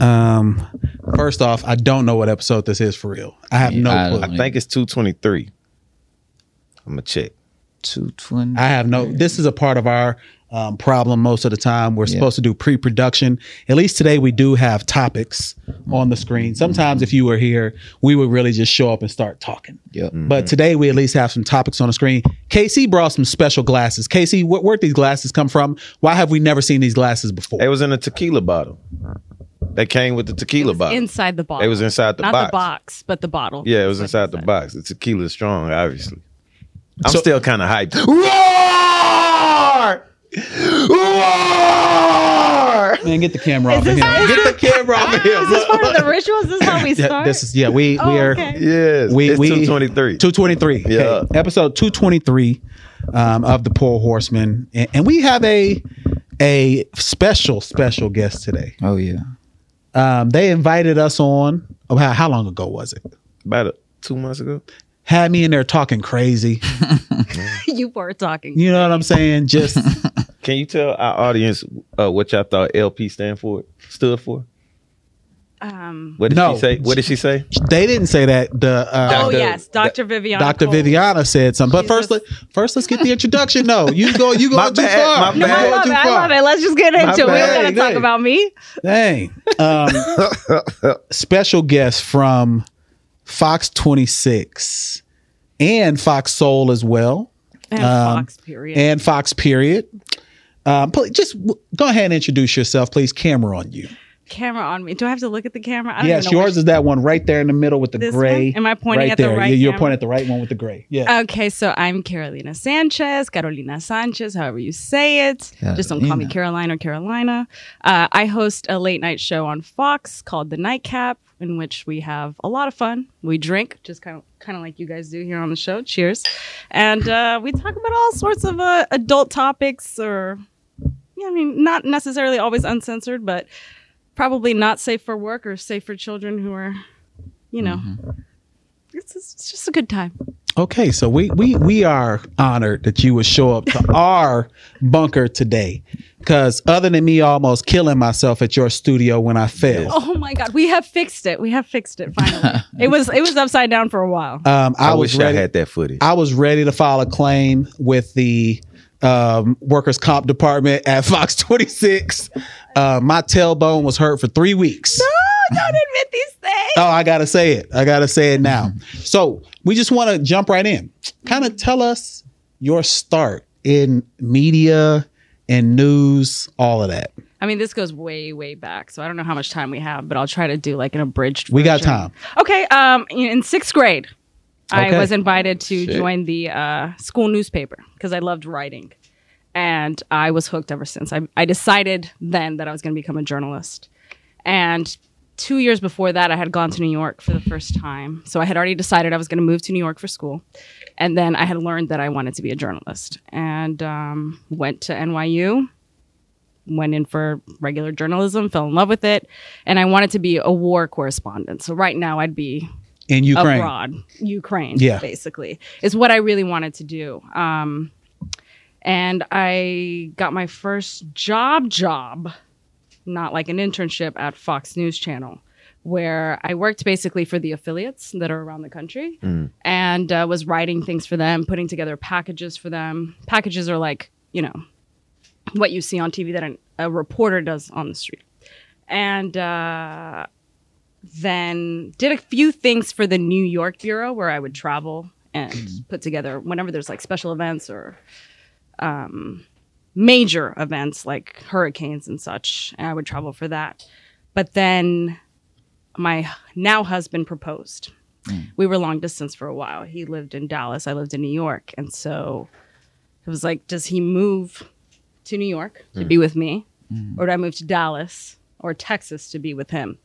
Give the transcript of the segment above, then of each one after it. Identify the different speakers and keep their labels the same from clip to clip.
Speaker 1: Um, first off, I don't know what episode this is for real. I have
Speaker 2: Yeah,
Speaker 1: no
Speaker 2: I
Speaker 1: clue.
Speaker 2: don't-
Speaker 1: I,
Speaker 2: Yeah.
Speaker 3: I think it's 223. I'm gonna check.
Speaker 2: 220.
Speaker 1: have no. This is a part of our um, problem most of the time. We're
Speaker 2: Yeah.
Speaker 1: supposed to do pre-production. At least today, we do have topics on the screen. Sometimes, if you were here, we would really just show up and start talking.
Speaker 2: Yep.
Speaker 3: Mm.
Speaker 1: But today we at least have some topics on the screen. KC brought some special glasses. KC, wh- where'd these glasses come from? Why have we never seen these glasses before?
Speaker 3: It was in a tequila bottle. They came with the tequila bottle.
Speaker 4: inside the box.
Speaker 3: It was inside the
Speaker 4: Not
Speaker 3: box.
Speaker 4: the box, but the bottle.
Speaker 3: Yeah, it was
Speaker 4: That's what
Speaker 3: inside the
Speaker 4: I said.
Speaker 3: box. The tequila's strong, obviously. I'm
Speaker 1: So-
Speaker 3: still kind of hyped. Roar! Roar!
Speaker 1: Man, get the camera off
Speaker 4: Is
Speaker 1: of
Speaker 4: this
Speaker 1: him.
Speaker 4: how-
Speaker 1: Get the camera off of
Speaker 4: Ah,
Speaker 1: him.
Speaker 4: is this part of the ritual? Is this how we
Speaker 1: Yeah,
Speaker 4: start?
Speaker 1: this is yeah. We
Speaker 4: Oh,
Speaker 1: we are
Speaker 4: okay.
Speaker 3: Yes,
Speaker 1: we
Speaker 3: it's
Speaker 1: we
Speaker 3: 223.
Speaker 1: 223.
Speaker 3: Yeah.
Speaker 1: Okay, episode 223 um, of the Poor Horseman, and, and we have a a special special guest today.
Speaker 2: Oh, yeah.
Speaker 1: Um, they invited us on. Oh, how, how long ago was it?
Speaker 3: About a, two months ago.
Speaker 1: Had me in there talking crazy.
Speaker 4: you were talking.
Speaker 1: You know what I'm saying? Just
Speaker 3: Can you tell our audience uh, what y'all thought LP stand for stood for?
Speaker 4: Um,
Speaker 3: What did
Speaker 1: No.
Speaker 3: she say? What did she say?
Speaker 1: They didn't say that. The uh,
Speaker 4: oh
Speaker 3: Dr.
Speaker 4: yes, Dr. Viviana.
Speaker 1: Dr.
Speaker 4: Cole.
Speaker 1: Viviana said something. But first, let,
Speaker 4: Jesus.
Speaker 1: first let's get the introduction. No, you go. You go
Speaker 3: My
Speaker 1: too
Speaker 3: bad,
Speaker 1: far.
Speaker 3: my
Speaker 1: You
Speaker 4: No, I
Speaker 3: bad.
Speaker 1: go
Speaker 4: love
Speaker 1: too
Speaker 4: it. I
Speaker 1: far.
Speaker 4: love it. Let's just get into it. We
Speaker 3: bad.
Speaker 4: are going to talk
Speaker 1: Hey.
Speaker 4: about me.
Speaker 1: Dang. Um, special guest from Fox 26 and Fox Soul as well,
Speaker 4: And Fox. Period.
Speaker 1: and Fox Period. Um, please, just w- go ahead and introduce yourself, please. Camera on you.
Speaker 4: camera on me. Do I have to look at the camera? I don't
Speaker 1: Yes,
Speaker 4: even know
Speaker 1: yours is that one right there in the middle with the
Speaker 4: This
Speaker 1: gray.
Speaker 4: one? Am I pointing
Speaker 1: right
Speaker 4: at the
Speaker 1: there.
Speaker 4: right
Speaker 1: Yeah, you're
Speaker 4: camera? Uh,
Speaker 1: pointing at the right one with the gray. Yeah.
Speaker 4: which- Okay, so I'm Carolina Sanchez, Carolina Sanchez, however you say it. Just don't call me
Speaker 2: Carolina.
Speaker 4: Caroline or Carolina. Uh, I host a late night show on Fox called The Nightcap, in which we have a lot of fun. We drink, just kind of kind of like you guys do here on the show. Cheers, and uh, we talk about all sorts of uh, adult topics, or yeah, I mean, not necessarily always uncensored, but probably not safe for work or safe for children who are, you know. It's just, it's just a good time.
Speaker 1: Okay, so we we we are honored that you would show up to our bunker today, because other than me almost killing myself at your studio when I failed,
Speaker 4: Oh my god, we have fixed it. We have fixed it finally. it was it was upside down for a while.
Speaker 1: um, I,
Speaker 3: I,
Speaker 1: was
Speaker 3: wish
Speaker 1: ready.
Speaker 3: I
Speaker 1: I,
Speaker 3: had that footage.
Speaker 1: was ready to file a claim with the um, workers' comp department at Fox 26. Uh, my tailbone was hurt for three weeks.
Speaker 4: Oh, don't admit these things.
Speaker 1: Oh, I gotta say it. I gotta say it now.
Speaker 3: Mm-hmm.
Speaker 1: So we just want to jump right in. Kind of tell us your start in media and news, all of that.
Speaker 4: I mean, this goes way, way back, so I don't know how much time we have, but I'll try to do like an abridged.
Speaker 1: We got
Speaker 4: version.
Speaker 1: time.
Speaker 4: Okay. Um, in sixth grade,
Speaker 1: Okay.
Speaker 4: I was invited to
Speaker 2: Shit.
Speaker 4: join the uh, school newspaper because I loved writing, and I was hooked ever since. I I decided then that I was going to become a journalist, and. Two years before that, I had gone to New York for the first time. So I had already decided I was going to move to New York for school. And then I had learned that I wanted to be a journalist and um, went to NYU went in for regular journalism, fell in love with it, and I wanted to be a war correspondent. So right now I'd be
Speaker 1: In Ukraine.
Speaker 4: abroad, Ukraine,
Speaker 1: Yeah.
Speaker 4: basically, is what I really wanted to do. Um, and I got my first job, job, not like an internship at Fox News Channel, where I worked basically for the affiliates that are around the country
Speaker 1: Mm.
Speaker 4: and uh, was writing things for them, putting together packages for them. Packages are like, you know, what you see on TV that an, a reporter does on the street. And uh, then did a few things for the New York Bureau where I would travel and put together whenever there's like special events or um, major events like hurricanes and such. And I would travel for that. But then my now husband proposed. We were long distance for a while. He lived in Dallas, I lived in New York. And so it was like, does he move to New York to be with me, or do I move to Dallas or Texas to be with him?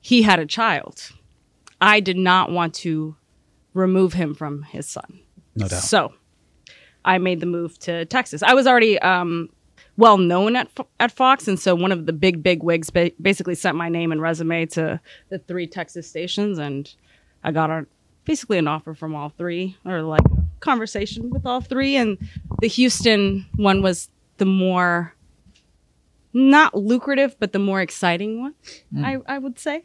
Speaker 4: He had a child. I did not want to remove him from his son.
Speaker 1: No doubt.
Speaker 4: So I made the move to Texas. I was already um, well known at, Fo- at Fox. And so one of the big, big wigs ba- basically sent my name and resume to the three Texas stations. And I got a, basically an offer from all three or like a conversation with all three. And the Houston one was the more not lucrative, but the more exciting one,
Speaker 1: Mm.
Speaker 4: I, I would say.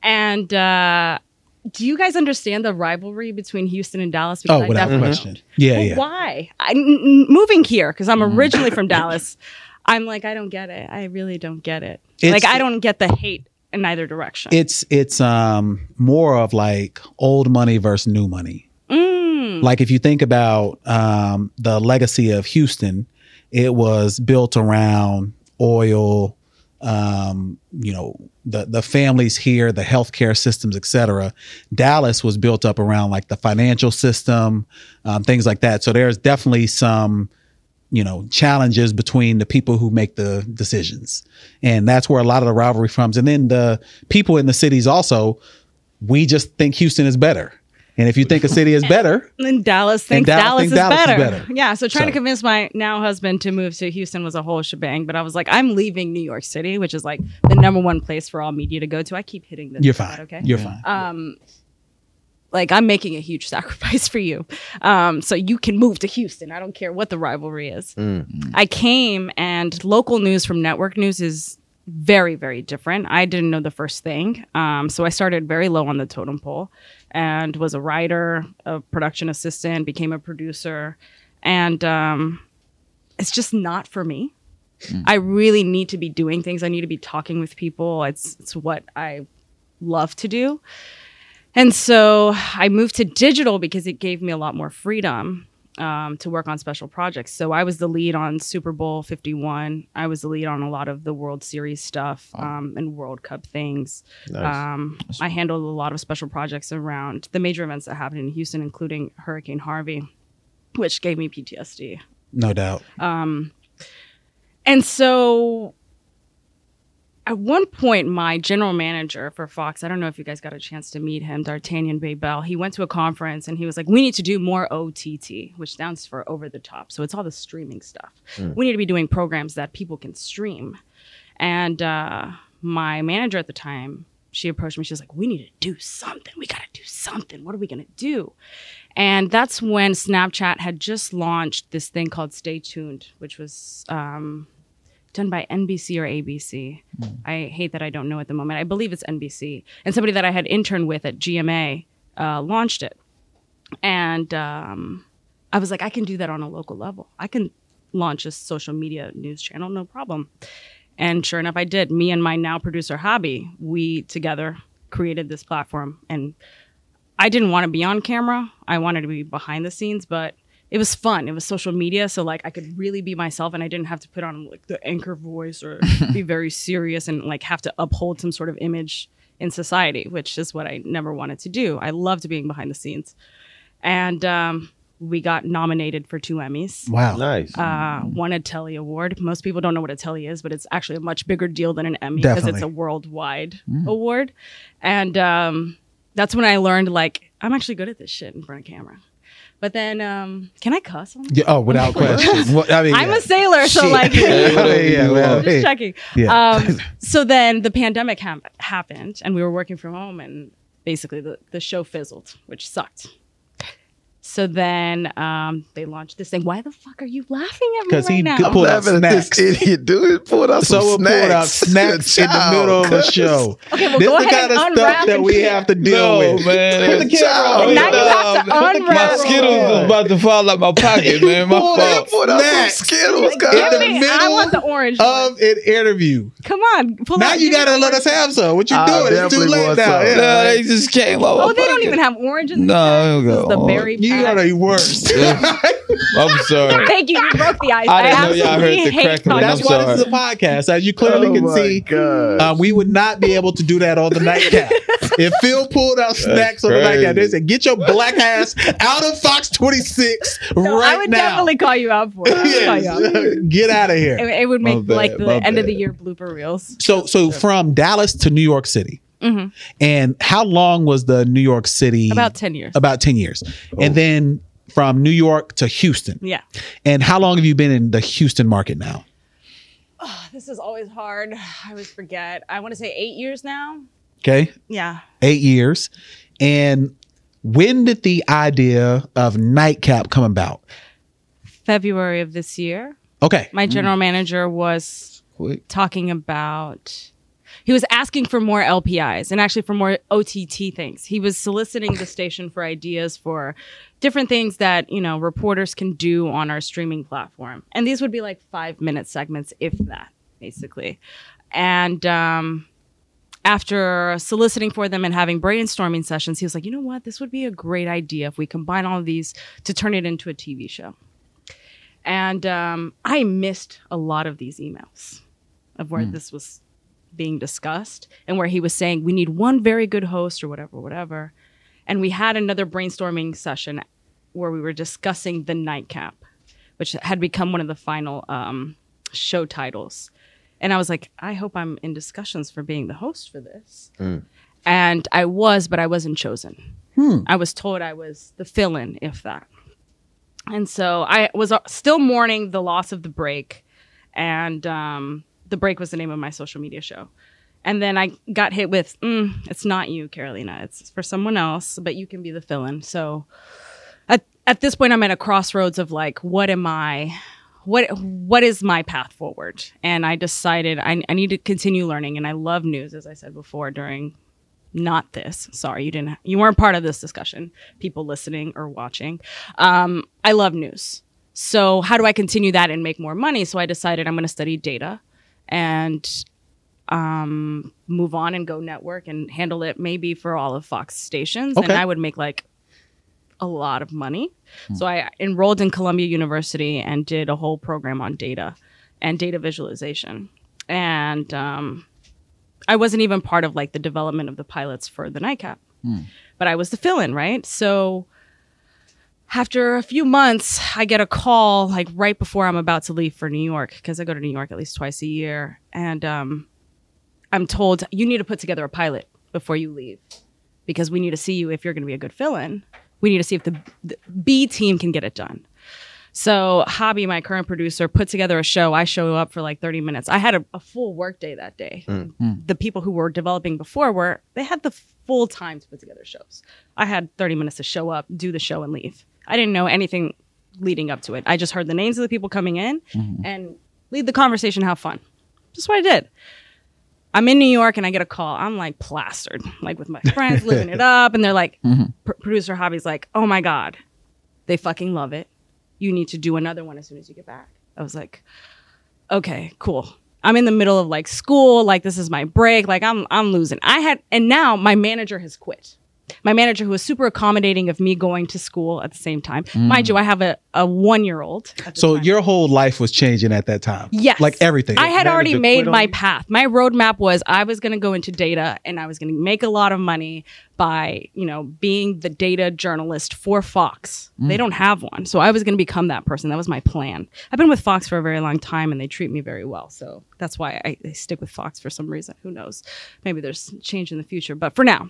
Speaker 4: And uh, do you guys understand the rivalry between Houston and Dallas?
Speaker 1: Oh,
Speaker 4: I
Speaker 1: without
Speaker 4: definitely don't.
Speaker 1: question. Yeah,
Speaker 4: Well,
Speaker 1: yeah. Mm.
Speaker 4: Why? I, n- n- moving here because I'm originally from Dallas. I'm like, I don't get it. I really don't get it.
Speaker 1: It's-
Speaker 4: like, I don't get the hate in either direction.
Speaker 1: It's it's um more of like old money versus new money.
Speaker 4: mm,
Speaker 1: Like if you think about um, the legacy of Houston, it was built around oil, um, you know, the the families here, the healthcare systems, et cetera. Dallas was built up around like the financial system, um, things like that. So there's definitely some, you know, challenges between the people who make the decisions, and that's where a lot of the rivalry comes. And then the people in the cities also, we just think Houston is better. And if you think a city is better,
Speaker 4: and Dallas thinks
Speaker 1: Dallas
Speaker 4: Dallas,
Speaker 1: thinks
Speaker 4: is,
Speaker 1: Dallas is
Speaker 4: better.
Speaker 1: better.
Speaker 4: Yeah. So trying to
Speaker 1: So-
Speaker 4: convince my now husband to move to Houston was a whole shebang. But I was like, I'm leaving New York City, which is like the number one place for all media to go to. I keep hitting this.
Speaker 1: You're
Speaker 4: spot,
Speaker 1: fine.
Speaker 4: Okay.
Speaker 1: You're fine.
Speaker 4: um like I'm making a huge sacrifice for you. Um so you can move to Houston. I don't care what the rivalry is. I came and local news from network news is very very different. I didn't know the first thing. Um so I started very low on the totem pole and was a writer, a production assistant, became a producer and um it's just not for me. I really need to be doing things. I need to be talking with people. It's it's what I love to do. And so I moved to digital because it gave me a lot more freedom um, to work on special projects. So I was the lead on Super Bowl 51. I was the lead on a lot of the World Series stuff um, and World Cup things.
Speaker 3: Nice.
Speaker 4: Um, I handled a lot of special projects around the major events that happened in Houston, including Hurricane Harvey, which gave me PTSD.
Speaker 1: no doubt.
Speaker 4: Um, and so at one point, my general manager for Fox, I don't know if you guys got a chance to meet him, D'Artagnan Baybel, he went to a conference and he was like, We need to do more OTT, which stands for over the top. So it's all the streaming stuff. We need to be doing programs that people can stream. And uh, my manager at the time, she approached me. She was like, We need to do something. We got to do something. What are we going to do? And that's when Snapchat had just launched this thing called Stay Tuned, which was um, done by NBC or ABC. I hate that I don't know at the moment. I believe it's NBC. And somebody that I had interned with at GMA uh, launched it. And um, I was like, I can do that on a local level. I can launch a social media news channel, no problem. And sure enough, I did. Me and my now producer, Hobby, we together created this platform and I didn't want to be on camera. I wanted to be behind the scenes, but it was fun. It was social media, so like I could really be myself, and I didn't have to put on like the anchor voice or be very serious and like have to uphold some sort of image in society, which is what I never wanted to do. I loved being behind the scenes, and um, we got nominated for two Emmys.
Speaker 1: Wow.
Speaker 3: Nice.
Speaker 4: Uh, won a Telly Award. Most people don't know what a Telly is, but it's actually a much bigger deal than an Emmy because it's
Speaker 1: Definitely. Mm.
Speaker 4: a worldwide award. And um, that's when I learned like I'm actually good at this shit in front of camera. But then, um, can I cuss? On this?
Speaker 1: Yeah, oh, without question. What- I mean,
Speaker 4: I'm
Speaker 1: yeah.
Speaker 4: a sailor, so
Speaker 1: Shit.
Speaker 4: like,
Speaker 1: yeah, yeah, well,
Speaker 4: I'm just
Speaker 1: hey.
Speaker 4: checking.
Speaker 1: Yeah.
Speaker 4: Um, so then the pandemic hap- happened, and we were working from home, and basically the, the show fizzled, which sucked. So then um, they launched this thing. Why the fuck are you laughing at me
Speaker 1: 'Cause
Speaker 4: right
Speaker 1: he
Speaker 4: now?
Speaker 1: could pull- pulled out snacks.
Speaker 3: this idiot dude pulled out
Speaker 1: so
Speaker 3: some
Speaker 1: we pulled out
Speaker 3: snacks.
Speaker 1: snacks in the
Speaker 3: Child,
Speaker 1: middle of a
Speaker 3: cuz.
Speaker 1: show.
Speaker 4: Okay, well,
Speaker 1: this
Speaker 4: go
Speaker 1: is the
Speaker 4: ahead
Speaker 1: kind of
Speaker 4: and
Speaker 1: stuff
Speaker 4: unwrap
Speaker 1: that
Speaker 4: and
Speaker 1: we
Speaker 4: keep-
Speaker 1: have to deal
Speaker 3: No,
Speaker 1: with.
Speaker 2: man.
Speaker 1: Put the camera
Speaker 3: Child,
Speaker 1: on.
Speaker 4: now you have to
Speaker 1: Put the
Speaker 4: unwrap.
Speaker 1: camera
Speaker 2: My
Speaker 1: on.
Speaker 2: Skittles was about to fall out my pocket, man. My
Speaker 1: Pull
Speaker 2: fault.
Speaker 1: out.
Speaker 3: Pulled out some
Speaker 1: Snacks.
Speaker 3: Skittles, cuz.
Speaker 1: in the
Speaker 4: Give me- I
Speaker 1: middle
Speaker 4: want the orange. one.
Speaker 1: Of an interview.
Speaker 4: Come on, pull
Speaker 1: Now
Speaker 4: out-
Speaker 1: you
Speaker 4: give me
Speaker 1: gotta
Speaker 4: the
Speaker 1: let
Speaker 4: orange
Speaker 1: us have some. What you
Speaker 3: I
Speaker 1: doing? It's too
Speaker 3: definitely
Speaker 1: late
Speaker 3: want
Speaker 1: now.
Speaker 3: some.
Speaker 1: Yeah.
Speaker 2: No, they just came out.
Speaker 4: Oh, they don't even have orange in this.
Speaker 2: No,
Speaker 4: This is the
Speaker 2: go.
Speaker 4: berry
Speaker 1: You
Speaker 4: pack.
Speaker 1: are the worst.
Speaker 2: I'm sorry.
Speaker 4: Thank you. You broke the ice.
Speaker 2: I didn't know y'all
Speaker 4: absolutely
Speaker 2: heard the
Speaker 4: hate
Speaker 2: crackling.
Speaker 4: Coke.
Speaker 2: I'm
Speaker 1: That's why this is
Speaker 2: sorry.
Speaker 1: a podcast. As you clearly
Speaker 3: Oh
Speaker 1: can
Speaker 3: my
Speaker 1: see,
Speaker 3: gosh.
Speaker 1: um, we would not be able to do that on the nightcap. if Phil pulled out snacks on the
Speaker 3: crazy.
Speaker 1: nightcap, they said, "Get your black ass out of Fox 26
Speaker 4: So
Speaker 1: right
Speaker 4: I would
Speaker 1: now."
Speaker 4: definitely call you out for it. I would call you out.
Speaker 1: Yes. Get out of
Speaker 4: It,
Speaker 1: here.
Speaker 4: it would
Speaker 2: My
Speaker 4: make
Speaker 2: bad,
Speaker 4: like the
Speaker 2: my
Speaker 4: end of the
Speaker 2: bad.
Speaker 4: year blooper reels.
Speaker 1: So, so from Dallas to New York City,
Speaker 4: Mhm.
Speaker 1: and how long was the New York City
Speaker 4: About ten years.
Speaker 1: About ten years, and then from New York to Houston.
Speaker 4: yeah.
Speaker 1: And how long have you been in the Houston market now?
Speaker 4: This is always hard. I always forget. I want to say eight years now.
Speaker 1: Okay,
Speaker 4: Yeah.
Speaker 1: eight years. And when did the idea of nightcap come about?
Speaker 4: February of this year,
Speaker 1: Okay.
Speaker 4: my general manager was
Speaker 2: quick.
Speaker 4: talking about he was asking for more LPIs and actually for more OTT things. He was soliciting the station for ideas for different things that, you know, reporters can do on our streaming platform. And these would be like 5-minute segments if that, basically. And um after soliciting for them and having brainstorming sessions, he was like, "You know what? This would be a great idea if we combine all of these to turn it into a TV show." And um, I missed a lot of these emails of where this was being discussed and where he was saying we need one very good host or whatever, whatever. And we had another brainstorming session where we were discussing the nightcap, which had become one of the final um, show titles. And I was like, I hope I'm in discussions for being the host for this. And I was, but I wasn't chosen. I was told I was the fill in, if that. And so I was uh, still mourning the loss of the break. And um, the break was the name of my social media show. And then I got hit with, mm, it's not you, Carolina. It's for someone else, but you can be the fill in. So at, at this point, I'm at a crossroads of like, what am I? What what is my path forward? And I decided I, I need to continue learning, and I love news, as I said before during not this. Sorry, you didn't. You weren't part of this discussion. People listening or watching. Um, I love news. So how do I continue that and make more money? So I decided I'm going to study data and um, move on and go network and handle it maybe for all of Fox stations, and
Speaker 1: Okay.
Speaker 4: I would make like a lot of money. So I enrolled in Columbia University and did a whole program on data and data visualization. And um, I wasn't even part of like the development of the pilots for the nightcap, but I was the fill in, right? So after a few months, I get a call like right before I'm about to leave for New York because I go to New York at least twice a year. And um, I'm told, you need to put together a pilot before you leave because we need to see you if you're going to be a good fill in. We need to see if the, the B team can get it done. So, Hobby, my current producer, put together a show. I show up for like 30 minutes. I had a, a full work day that day. The people who were developing before were, they had the full time to put together shows. I had 30 minutes to show up, do the show, and leave. I didn't know anything leading up to it. I just heard the names of the people coming in and lead the conversation, have fun. That's what I did. I'm in New York and I get a call. I'm like plastered, like with my friends living it up. And they're like, pr- producer Hobby's like, oh my God, they fucking love it. You need to do another one as soon as you get back. I was like, okay, cool. I'm in the middle of like school, like this is my break, like I'm I'm losing. I had and now my manager has quit. My manager who was super accommodating of me going to school at the same time. Mind you, I have a, a one year old.
Speaker 1: So your whole life was changing at that time.
Speaker 4: Yes.
Speaker 1: Like everything.
Speaker 4: I had already
Speaker 3: manager
Speaker 4: made
Speaker 3: quit on
Speaker 4: my
Speaker 3: you?
Speaker 4: path. My roadmap was I was going to go into data and I was going to make a lot of money by, you know, being the data journalist for Fox. They
Speaker 1: Mm.
Speaker 4: don't have one. So I was going to become that person. That was my plan. I've been with Fox for a very long time and they treat me very well. So that's why I, I stick with Fox for some reason. Who knows? Maybe there's change in the future, but for now.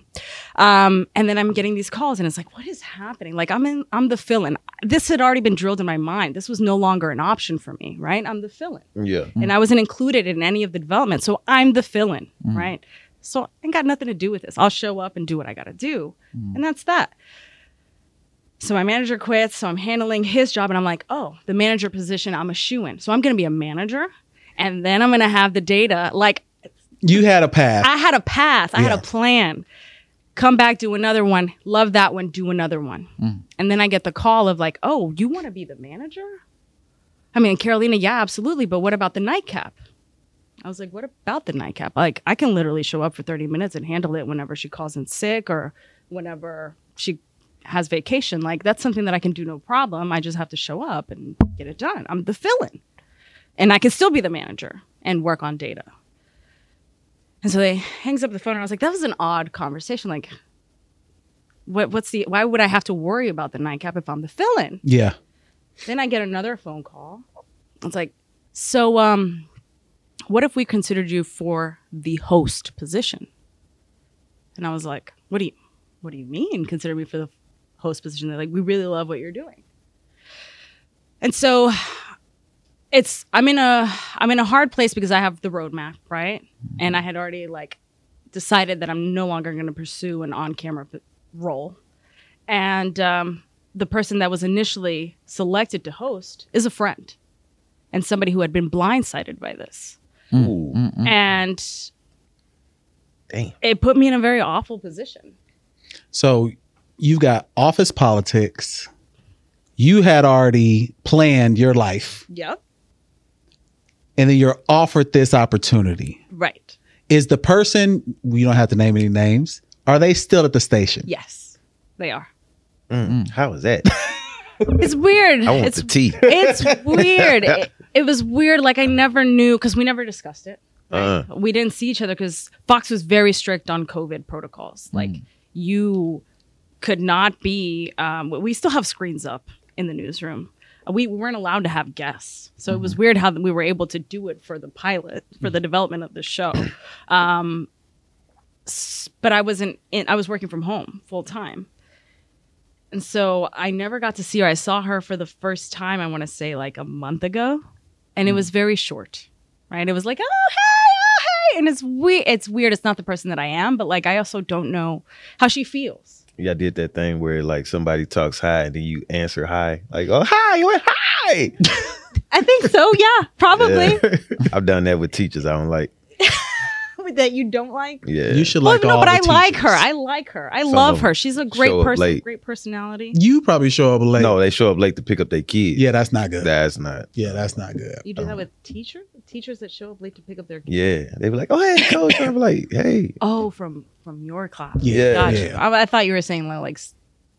Speaker 4: Um, and then I'm getting these calls and it's like, what is happening? Like I'm in, I'm the fill-in. This had already been drilled in my mind. This was no longer an option for me, right? I'm the fill-in
Speaker 1: Mm,
Speaker 3: Yeah.
Speaker 4: and I wasn't included in any of the development. So I'm the fill in, right? So I ain't got nothing to do with this. I'll show up and do what I got to do. And that's that. So my manager quits. So I'm handling his job. And I'm like, oh, the manager position, I'm a shoe in. So I'm going to be a manager. And then I'm going to have the data. Like
Speaker 1: You had a path.
Speaker 4: I had a path, I had a
Speaker 1: Yes.
Speaker 4: plan. Come back, do another one. Love that one, do another one. And then I get the call of like, oh, you want to be the manager? I mean, Carolina, yeah, absolutely. But what about the nightcap? I was like, what about the nightcap? Like, I can literally show up for 30 minutes and handle it whenever she calls in sick or whenever she has vacation. Like, that's something that I can do no problem. I just have to show up and get it done. I'm the fill in. And I can still be the manager and work on data. And so they hangs up the phone, and I was like, "That was an odd conversation. Like, what, what's the? Why would I have to worry about the nightcap if I'm the fill-in?"
Speaker 1: yeah.
Speaker 4: Then I get another phone call. It's like, "So, um, what if we considered you for the host position?" And I was like, "What do you, what do you mean consider me for the host position?" They're like, "We really love what you're doing." And so, it's I'm in a I'm in a hard place because I have the roadmap right, and I had already like decided that I'm no longer going to pursue an on camera p- role, and um, the person that was initially selected to host is a friend, and somebody who had been blindsided by this.
Speaker 1: mm,
Speaker 3: Ooh,
Speaker 4: and
Speaker 3: damn.
Speaker 4: it put me in a very awful position.
Speaker 1: So you've got office politics. You had already planned your life,
Speaker 4: Yep.
Speaker 1: and then you're offered this opportunity.
Speaker 4: Right.
Speaker 1: Is the person we don't have to name any names? Are they still at the station?
Speaker 4: Yes, they are.
Speaker 3: Mm, How is that?
Speaker 4: It's weird.
Speaker 5: I want
Speaker 4: it's
Speaker 5: the tea.
Speaker 4: it's weird. It, it was weird. Like I never knew because we never discussed it. right?
Speaker 5: Uh-huh.
Speaker 4: We didn't see each other because Fox was very strict on COVID
Speaker 5: Mm.
Speaker 4: protocols. Like you could not be. Um, we still have screens up in the newsroom. Uh, We, we weren't allowed to have guests, so it was
Speaker 5: Mm-hmm.
Speaker 4: weird how we were able to do it for the pilot for
Speaker 5: Mm.
Speaker 4: the development of the show. Um, s- but I wasn't. In, I was working from home full time. And so I never got to see her. I saw her for the first time, I want to say like a month ago. And it was very short, right? It was like, oh, hey, oh, hey. And it's weird. It's weird. It's not the person that I am, but like I also don't know how she feels.
Speaker 3: Y'all did that thing where like somebody talks hi and then you answer hi, like oh hi, what hi?
Speaker 4: I think so. Yeah, probably.
Speaker 3: Yeah. I've done that with teachers. I don't like.
Speaker 4: that you don't like.
Speaker 3: Yeah,
Speaker 1: You should
Speaker 4: Well,
Speaker 1: like
Speaker 4: no,
Speaker 1: all
Speaker 4: but
Speaker 1: the
Speaker 4: I like
Speaker 1: teachers.
Speaker 4: her. I like her. I
Speaker 3: Some
Speaker 4: love
Speaker 3: of
Speaker 4: her.
Speaker 3: them
Speaker 4: She's a great
Speaker 3: show up
Speaker 4: person,
Speaker 3: late.
Speaker 4: great personality.
Speaker 1: you probably show up late.
Speaker 3: no, they show up late to pick up their kids.
Speaker 1: Yeah, that's not good.
Speaker 3: that's not.
Speaker 1: yeah, that's not good.
Speaker 4: You do
Speaker 1: Um,
Speaker 4: that with teachers? Teachers that show up late to pick up their kids.
Speaker 3: Yeah, they be like, oh hey, coach. I'm like, hey,
Speaker 4: Oh, from from your class.
Speaker 1: Yeah,
Speaker 4: gotcha.
Speaker 1: yeah.
Speaker 4: I, I thought you were saying like, like s-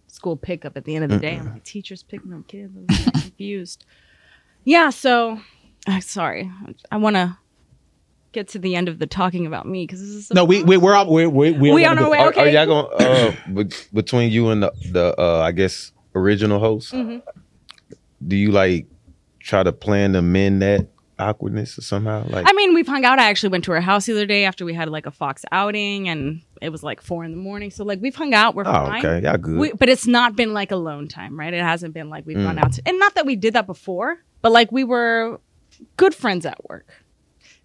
Speaker 4: school pickup at the end of the day. I'm like, teachers picking up kids. I'm like, confused. Yeah. So, I'm sorry. I want to get to the end of the talking about me because this is so
Speaker 1: No, we, we we're all, we're, we're, we're
Speaker 4: We
Speaker 1: gonna go-
Speaker 4: on our way.
Speaker 3: Are,
Speaker 4: Okay.
Speaker 3: are y'all gonna uh, be- between you and the the uh, I guess original host?
Speaker 4: Mhm.
Speaker 3: Do you like try to plan to amend that awkwardness or somehow? Like,
Speaker 4: I mean, we've hung out. I actually went to her house the other day after we had like a Fox outing, and it was like four in the morning. So like we've hung out. We're
Speaker 3: oh,
Speaker 4: fine.
Speaker 3: okay, y'all good.
Speaker 4: We, but it's not been like alone time, right? It hasn't been like we've gone
Speaker 3: Mm.
Speaker 4: out to, and not that we did that before, but like we were good friends at work.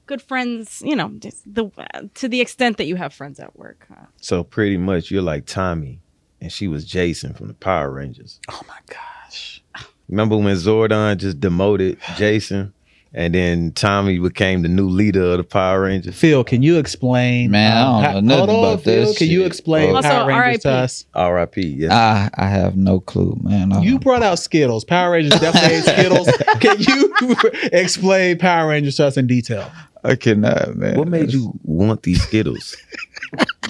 Speaker 4: Good friends, you know, just the to the extent that you have friends at work. Uh,
Speaker 3: so pretty much, you're like Tommy, and she was Jason from the Power Rangers.
Speaker 1: Oh my gosh.
Speaker 3: Remember when Zordon just demoted Jason, and then Tommy became the new leader of the Power Rangers?
Speaker 1: Phil, can you explain?
Speaker 2: Man, I don't
Speaker 1: how-
Speaker 2: know
Speaker 1: hold
Speaker 2: nothing
Speaker 1: on,
Speaker 2: about
Speaker 1: Phil,
Speaker 2: this
Speaker 1: Can you
Speaker 2: shit.
Speaker 1: explain
Speaker 3: Also,
Speaker 1: Power Rangers to
Speaker 4: RIP.
Speaker 1: us?
Speaker 3: R.I.P. Yes.
Speaker 1: Uh,
Speaker 2: I I have no clue, man.
Speaker 3: Uh-huh.
Speaker 2: I
Speaker 1: You
Speaker 2: don't-
Speaker 1: brought out Skittles. Power Rangers definitely ate Skittles. Can you explain Power Rangers to us in detail?
Speaker 2: I cannot, man.
Speaker 3: what made you want these Skittles?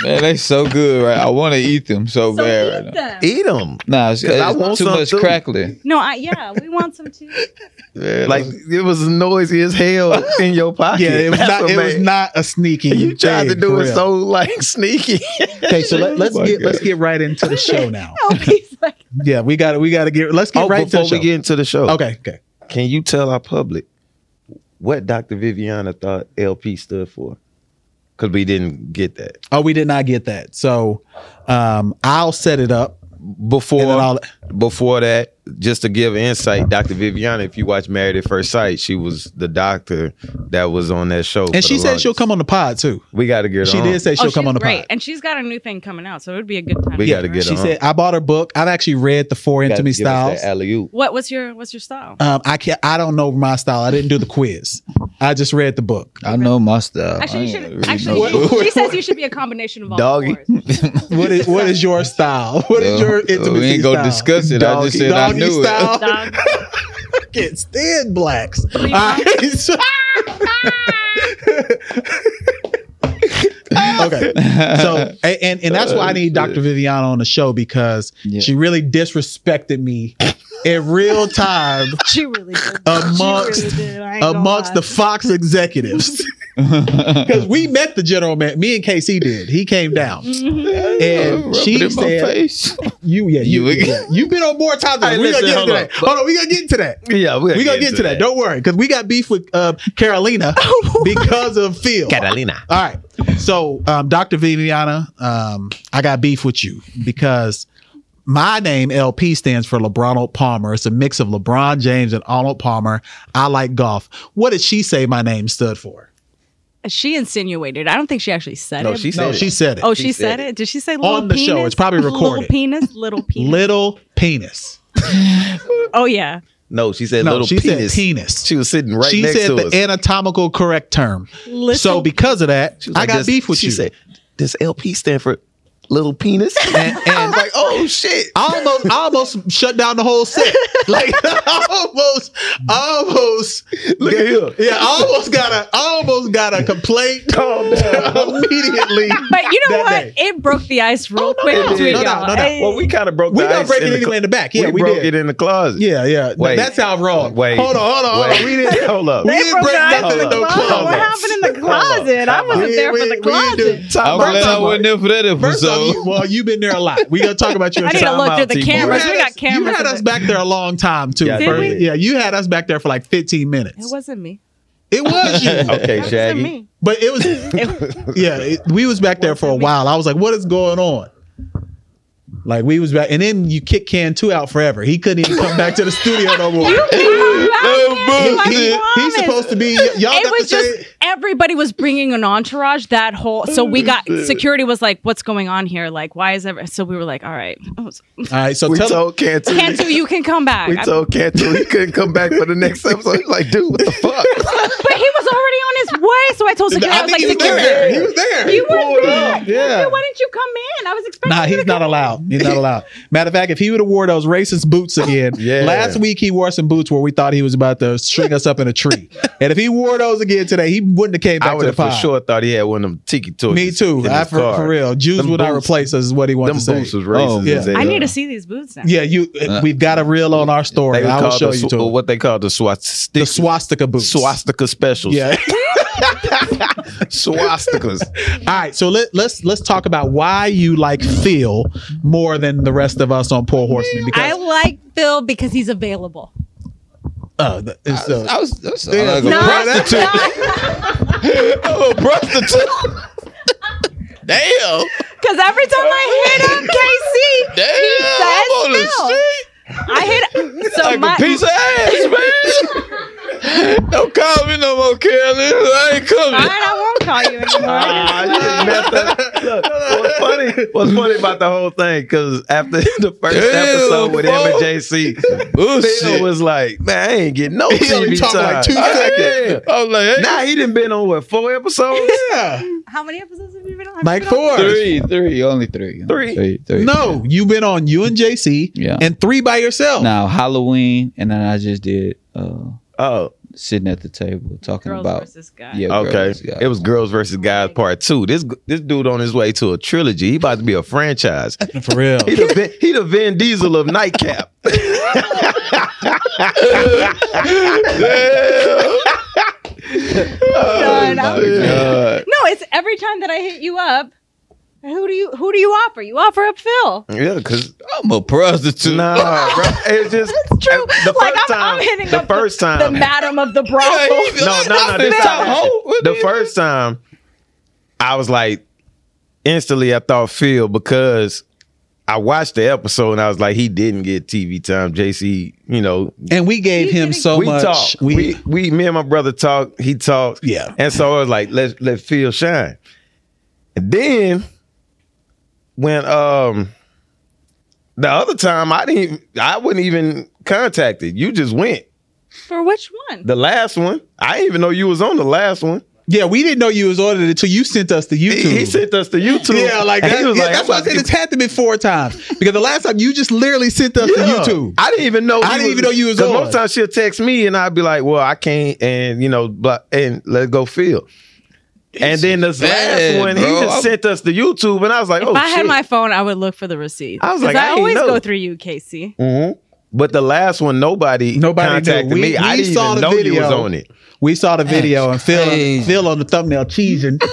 Speaker 2: Man, they so good, right? I want to eat them so,
Speaker 4: so
Speaker 2: bad.
Speaker 4: eat
Speaker 2: right now.
Speaker 4: them.
Speaker 3: Eat them.
Speaker 2: Nah, it's,
Speaker 3: 'Cause I
Speaker 2: it's
Speaker 3: want
Speaker 2: too
Speaker 3: some
Speaker 2: much
Speaker 3: too.
Speaker 2: crackling.
Speaker 4: No, I, yeah, we want some too.
Speaker 2: Man,
Speaker 3: Like it was noisy as hell in your pocket.
Speaker 1: Yeah, it was
Speaker 3: That's
Speaker 1: not.
Speaker 3: what
Speaker 1: It was
Speaker 3: made-
Speaker 1: not a sneaky.
Speaker 3: You tried to
Speaker 1: thing,
Speaker 3: do
Speaker 1: for
Speaker 3: it
Speaker 1: real.
Speaker 3: so like sneaky.
Speaker 1: Okay, so let, us
Speaker 2: Oh my
Speaker 1: get let's
Speaker 2: God.
Speaker 1: get right into the show now.
Speaker 4: Oh, he's like,
Speaker 1: Yeah, we got to we got to get let's get
Speaker 3: oh,
Speaker 1: right to
Speaker 3: before
Speaker 1: the show.
Speaker 3: we get into the show,
Speaker 1: okay, okay.
Speaker 3: can you tell our public what Dr. Viviana thought LP stood for? Because we didn't get that.
Speaker 1: Oh, we did not get that. So, um, I'll set it up. And then
Speaker 3: Before
Speaker 1: I'll-
Speaker 3: before that, just to give insight, Dr. Viviana, if you watch Married at First Sight, she was the doctor that was on that show.
Speaker 1: And she said she'll come on the pod too.
Speaker 3: We got to get her
Speaker 1: She
Speaker 3: on.
Speaker 1: did say she'll
Speaker 4: oh,
Speaker 1: come
Speaker 4: she's
Speaker 1: on the
Speaker 4: great,
Speaker 1: pod.
Speaker 4: and she's got a new thing coming out, so it would be a good time.
Speaker 3: We
Speaker 4: to
Speaker 3: gotta
Speaker 4: her.
Speaker 3: get
Speaker 1: She
Speaker 3: on.
Speaker 1: said, "I bought her book. I've actually read the Four Into Me Styles.
Speaker 3: Alley oop.
Speaker 4: What was your what's your style?
Speaker 1: Um, I can't. I don't know my style. I didn't do the quiz. I just read the book.
Speaker 2: I know my stuff.
Speaker 4: Actually, you
Speaker 2: I ain't
Speaker 4: should.
Speaker 2: really
Speaker 4: Actually,
Speaker 2: know.
Speaker 4: you- she says you should be a combination of all
Speaker 3: Doggy.
Speaker 4: fours.
Speaker 1: What is what is your style? What is your intimacy
Speaker 2: we ain't gonna
Speaker 1: style?
Speaker 2: discuss it. I just said I
Speaker 1: Doggy
Speaker 2: knew it.
Speaker 1: style.
Speaker 4: Dog.
Speaker 1: I can't stand blacks.
Speaker 4: Three
Speaker 1: All right, so- okay, so a- and and that's why I need Dr. Viviana on the show because
Speaker 2: Uh, Yeah.
Speaker 1: she really disrespected me in real time
Speaker 4: She really did.
Speaker 1: Amongst-
Speaker 4: she really did. I ain't gonna
Speaker 1: amongst the
Speaker 4: lie.
Speaker 1: Fox executives. Because we met the general man, me and KC did. He came down.
Speaker 4: Mm-hmm.
Speaker 1: And
Speaker 2: Rub it
Speaker 1: she
Speaker 2: in my
Speaker 1: said,
Speaker 2: face.
Speaker 1: You, yeah, you,
Speaker 2: You
Speaker 1: yeah,
Speaker 2: again.
Speaker 1: yeah. you've been on more times than
Speaker 3: Hey,
Speaker 1: us. We're going to
Speaker 3: listen,
Speaker 1: get into
Speaker 3: hold
Speaker 1: that. Hold on, we're going to get into that.
Speaker 3: Yeah,
Speaker 1: We're going to get into that. Don't worry, because we got beef with uh, Carolina because of Phil.
Speaker 3: Catalina.
Speaker 1: All right. So, um, Dr. Viviana, um, I got beef with you because my name, LP, stands for LeBronald Palmer. It's a mix of LeBron James and Arnold Palmer. I like golf. What did she say my name stood for?
Speaker 4: She insinuated. I don't think she actually said
Speaker 3: No,
Speaker 4: it.
Speaker 3: she said
Speaker 1: No,
Speaker 3: it.
Speaker 1: she said it.
Speaker 4: oh, she,
Speaker 3: she
Speaker 4: said
Speaker 3: said
Speaker 4: it. Did she say little
Speaker 1: the show.
Speaker 4: penis?
Speaker 1: It's probably recorded.
Speaker 4: Little penis. Little penis.
Speaker 1: Little penis.
Speaker 4: oh yeah.
Speaker 3: No, she said
Speaker 1: No,
Speaker 3: little
Speaker 1: she
Speaker 3: penis.
Speaker 1: said penis.
Speaker 3: She was sitting right
Speaker 1: she
Speaker 3: next
Speaker 1: said
Speaker 3: to
Speaker 1: the
Speaker 3: us.
Speaker 1: anatomical correct term.
Speaker 4: Little-
Speaker 1: so because of that,
Speaker 3: She was
Speaker 1: I
Speaker 3: like,
Speaker 1: got
Speaker 3: does-
Speaker 1: beef with
Speaker 3: she
Speaker 1: you.
Speaker 3: Said, does LP stand for little penis?
Speaker 1: and,
Speaker 3: I
Speaker 1: and
Speaker 3: was like, oh shit.
Speaker 1: I almost, I almost shut down the whole set. Like I almost, almost.
Speaker 3: Look at here.
Speaker 1: Yeah, I almost got a, I almost got a complaint
Speaker 3: Calm down.
Speaker 1: immediately.
Speaker 4: But you know
Speaker 1: That
Speaker 4: what?
Speaker 1: day. Oh,
Speaker 4: It broke the ice real quick
Speaker 3: it
Speaker 4: between
Speaker 3: did. No,
Speaker 1: no,
Speaker 4: y'all.
Speaker 1: no, no.
Speaker 4: I-
Speaker 3: Well, we kind of broke.
Speaker 1: We
Speaker 3: the
Speaker 1: gonna
Speaker 3: ice
Speaker 1: break
Speaker 3: in
Speaker 1: it
Speaker 3: the
Speaker 1: anyway
Speaker 3: cl-
Speaker 1: in the back. Yeah, we,
Speaker 3: broke
Speaker 1: did.
Speaker 3: it in the closet.
Speaker 1: Yeah, yeah.
Speaker 3: Wait.
Speaker 1: That's how raw.
Speaker 3: Wait.
Speaker 1: Hold on, hold on.
Speaker 3: Wait.
Speaker 1: We didn't.
Speaker 3: Hold up.
Speaker 1: We
Speaker 4: They
Speaker 1: didn't
Speaker 4: broke
Speaker 1: break
Speaker 4: the ice
Speaker 1: nothing in no
Speaker 4: closet.
Speaker 1: closet.
Speaker 4: What happened in the closet? I wasn't
Speaker 1: We-
Speaker 4: there for
Speaker 1: we-
Speaker 4: the
Speaker 1: we didn't do-
Speaker 4: closet.
Speaker 2: I'm
Speaker 1: First
Speaker 2: glad I
Speaker 1: off,
Speaker 2: wasn't there for that
Speaker 1: First off,
Speaker 2: episode.
Speaker 1: you, well, you've been there a lot. We gonna talk about your.
Speaker 4: I need to
Speaker 1: time
Speaker 4: look
Speaker 1: out.
Speaker 4: through the
Speaker 2: Time out,
Speaker 4: cameras.
Speaker 1: You
Speaker 4: We
Speaker 1: had
Speaker 4: got
Speaker 1: us- You
Speaker 4: cameras.
Speaker 1: had
Speaker 4: in
Speaker 1: us
Speaker 4: the-
Speaker 1: back there a long time too.
Speaker 3: Yeah,
Speaker 4: Did
Speaker 1: First-
Speaker 4: we?
Speaker 1: yeah, you had us back there for like 15 minutes.
Speaker 4: It wasn't me.
Speaker 1: It was you.
Speaker 3: Okay,
Speaker 4: It wasn't
Speaker 3: Shaggy.
Speaker 4: me.
Speaker 1: But it was, yeah, it, we was back there for a while. I was like, what is going on? Like we was back, and then you kick Can Two out forever. He couldn't even come back to the studio no more.
Speaker 4: You came back
Speaker 2: No
Speaker 4: in,
Speaker 1: Oh, he,
Speaker 4: you
Speaker 1: he-
Speaker 4: are
Speaker 1: he's
Speaker 4: honest.
Speaker 1: supposed to be. Y'all
Speaker 4: it
Speaker 1: got
Speaker 4: was
Speaker 1: to
Speaker 4: just
Speaker 1: say.
Speaker 4: everybody was bringing an entourage that whole so we got security was like what's going on here like why is ever so we were like all right Oh, so-
Speaker 1: All right, so
Speaker 3: We
Speaker 1: tell
Speaker 3: told Cantu.
Speaker 4: Cantu you can come back
Speaker 3: we told Cantu he couldn't come back for the next episode. He's like, dude, what the fuck?
Speaker 4: but he was already on his way so I told security I, was like
Speaker 1: he was
Speaker 4: security
Speaker 1: there. He was there.
Speaker 4: you weren't there
Speaker 1: Yeah.
Speaker 4: Cantu, why didn't you come in I was expecting
Speaker 1: Nah,
Speaker 4: you to
Speaker 1: he's not
Speaker 4: come
Speaker 1: allowed. He's not allowed. Matter of fact, if he would have wore those racist boots again,
Speaker 3: Yeah.
Speaker 1: last week he wore some boots where we thought he was about to string us up in a tree. And if he wore those again today, he wouldn't have came
Speaker 3: I
Speaker 1: back
Speaker 3: would
Speaker 1: to the
Speaker 3: have for
Speaker 1: pod.
Speaker 3: sure thought he had one of them tiki torches.
Speaker 1: Me too.
Speaker 3: in
Speaker 1: I
Speaker 3: his
Speaker 1: for,
Speaker 3: car.
Speaker 1: for real. Jews
Speaker 3: Them
Speaker 1: would not
Speaker 3: boots-
Speaker 1: replace us is what he
Speaker 3: Them
Speaker 1: wants to
Speaker 3: boots
Speaker 1: say.
Speaker 3: was racist.
Speaker 2: Oh, yeah.
Speaker 3: as hell.
Speaker 4: in. I need to see these boots now
Speaker 1: Yeah, you. we've got a reel on our story.
Speaker 3: They
Speaker 1: I
Speaker 3: would
Speaker 1: will
Speaker 3: call
Speaker 1: show
Speaker 3: the,
Speaker 1: you
Speaker 3: sw-
Speaker 1: to it.
Speaker 3: what they call the swastika.
Speaker 1: the swastika boots.
Speaker 3: swastika specials.
Speaker 1: Yeah.
Speaker 3: swastikas.
Speaker 1: All right. So let, let's let's talk about why you like Phil more than the rest of us on Poor Horseman
Speaker 4: I
Speaker 1: because
Speaker 4: like Phil because he's available
Speaker 1: uh, the- it's, uh,
Speaker 2: I was, I was,
Speaker 1: Yeah.
Speaker 2: I was
Speaker 1: No.
Speaker 2: a
Speaker 1: prostitute.
Speaker 2: oh, prostitute. Damn.
Speaker 4: because every time I hit up KC
Speaker 2: Damn. I'm on
Speaker 4: he
Speaker 2: the
Speaker 4: says Phil
Speaker 2: street.
Speaker 4: I hit so
Speaker 2: like
Speaker 4: my
Speaker 2: a piece of ass, man. Don't call me no more, Carolyn. I ain't
Speaker 4: all
Speaker 2: coming.
Speaker 4: right I won't call you anymore
Speaker 3: Ah, you didn't mess that- Look, what's funny? What's funny about the whole thing? Because after the first
Speaker 2: Damn,
Speaker 3: episode with him and
Speaker 2: fuck.
Speaker 3: JC, Phil
Speaker 2: Bullshit.
Speaker 3: was like, "Man, I ain't getting no
Speaker 1: He only
Speaker 3: TV
Speaker 1: talked
Speaker 3: time."
Speaker 1: like two
Speaker 3: I-
Speaker 1: seconds.
Speaker 2: I was like, hey,
Speaker 3: yeah. Nah, he didn't been on what four episodes?
Speaker 1: yeah.
Speaker 4: how many episodes have you been on Have
Speaker 1: Like
Speaker 4: you been on-
Speaker 1: four.
Speaker 2: three, three, only three.
Speaker 3: Three.
Speaker 2: Three, three.
Speaker 1: No, you've been on you and JC
Speaker 2: Yeah.
Speaker 1: and three by yourself.
Speaker 2: Now, Halloween, and then I just did uh,
Speaker 3: Oh,
Speaker 2: sitting at the table talking
Speaker 4: girls
Speaker 2: about.
Speaker 4: versus guy.
Speaker 2: Yeah,
Speaker 3: okay.
Speaker 2: girls, yeah.
Speaker 3: It was Girls versus Guys Part Two. This this dude on his way to a trilogy. He about to be a franchise.
Speaker 1: For real.
Speaker 3: He the, Vin- he the Vin Diesel of Nightcap.
Speaker 4: Done.
Speaker 2: Oh, my God.
Speaker 4: no, it's every time that I hit you up. Who do you who do you offer? You offer up Phil.
Speaker 3: yeah, because
Speaker 2: I'm a prostitute.
Speaker 3: Nah, bro. It's just
Speaker 4: That's true.
Speaker 3: Uh, The
Speaker 4: like
Speaker 3: first
Speaker 4: I'm, I'm
Speaker 3: time-
Speaker 4: hitting
Speaker 3: the
Speaker 4: up
Speaker 3: first
Speaker 4: the,
Speaker 3: time.
Speaker 4: the madam of the brothel.
Speaker 2: Hey, you
Speaker 3: no,
Speaker 2: feel
Speaker 3: no, no.
Speaker 2: it?
Speaker 3: This
Speaker 2: Stop
Speaker 3: time,
Speaker 2: hoe. What
Speaker 3: the
Speaker 2: do you-
Speaker 3: first time, I was like, instantly, I thought Phil because I watched the episode and I was like, he didn't get TV time. JC, you know,
Speaker 1: and we gave
Speaker 4: We
Speaker 1: him
Speaker 4: didn't-
Speaker 1: so
Speaker 3: we
Speaker 1: much.
Speaker 3: talk. We, we me and my brother talk. He talks.
Speaker 1: Yeah.
Speaker 3: And so I was like, let let Phil shine. And then when um the other time I didn't I wouldn't even contact it. You just went.
Speaker 4: For which one?
Speaker 3: The last one. I didn't even know you was on the last one.
Speaker 1: yeah, we didn't know you was ordered until you sent us the YouTube.
Speaker 3: He, he sent us to YouTube.
Speaker 1: yeah, like,
Speaker 3: and
Speaker 1: that,
Speaker 3: he was
Speaker 1: yeah,
Speaker 3: like,
Speaker 1: that's
Speaker 3: I'm
Speaker 1: why I
Speaker 3: about
Speaker 1: said
Speaker 3: to
Speaker 1: it's had to be four times because the last time you just literally sent us
Speaker 3: Yeah.
Speaker 1: to YouTube.
Speaker 3: I didn't even know.
Speaker 1: I
Speaker 3: he
Speaker 1: didn't even know you was
Speaker 3: 'cause
Speaker 1: on.
Speaker 3: Most times she'll text me and I'd be like, "Well, I can't," and you know, but and let go feel. And then this
Speaker 2: bad,
Speaker 3: last one,
Speaker 2: bro.
Speaker 3: he just
Speaker 2: I'm-
Speaker 3: sent us to YouTube, and I was like,
Speaker 4: if
Speaker 3: "Oh
Speaker 4: I
Speaker 3: shit!"
Speaker 4: had my phone, I would look for the receipt.
Speaker 3: I was
Speaker 4: 'Cause
Speaker 3: like, I ain't
Speaker 4: always
Speaker 3: know.
Speaker 4: go through you, Casey.
Speaker 3: Mhm. But the last one, nobody
Speaker 1: Nobody knew.
Speaker 3: contacted
Speaker 1: We-
Speaker 3: me.
Speaker 1: we
Speaker 3: I didn't
Speaker 1: saw
Speaker 3: even
Speaker 1: the
Speaker 3: know you was
Speaker 1: video.
Speaker 3: on it.
Speaker 1: We saw the video and Phil
Speaker 2: crazy.
Speaker 1: Phil on the thumbnail cheesing,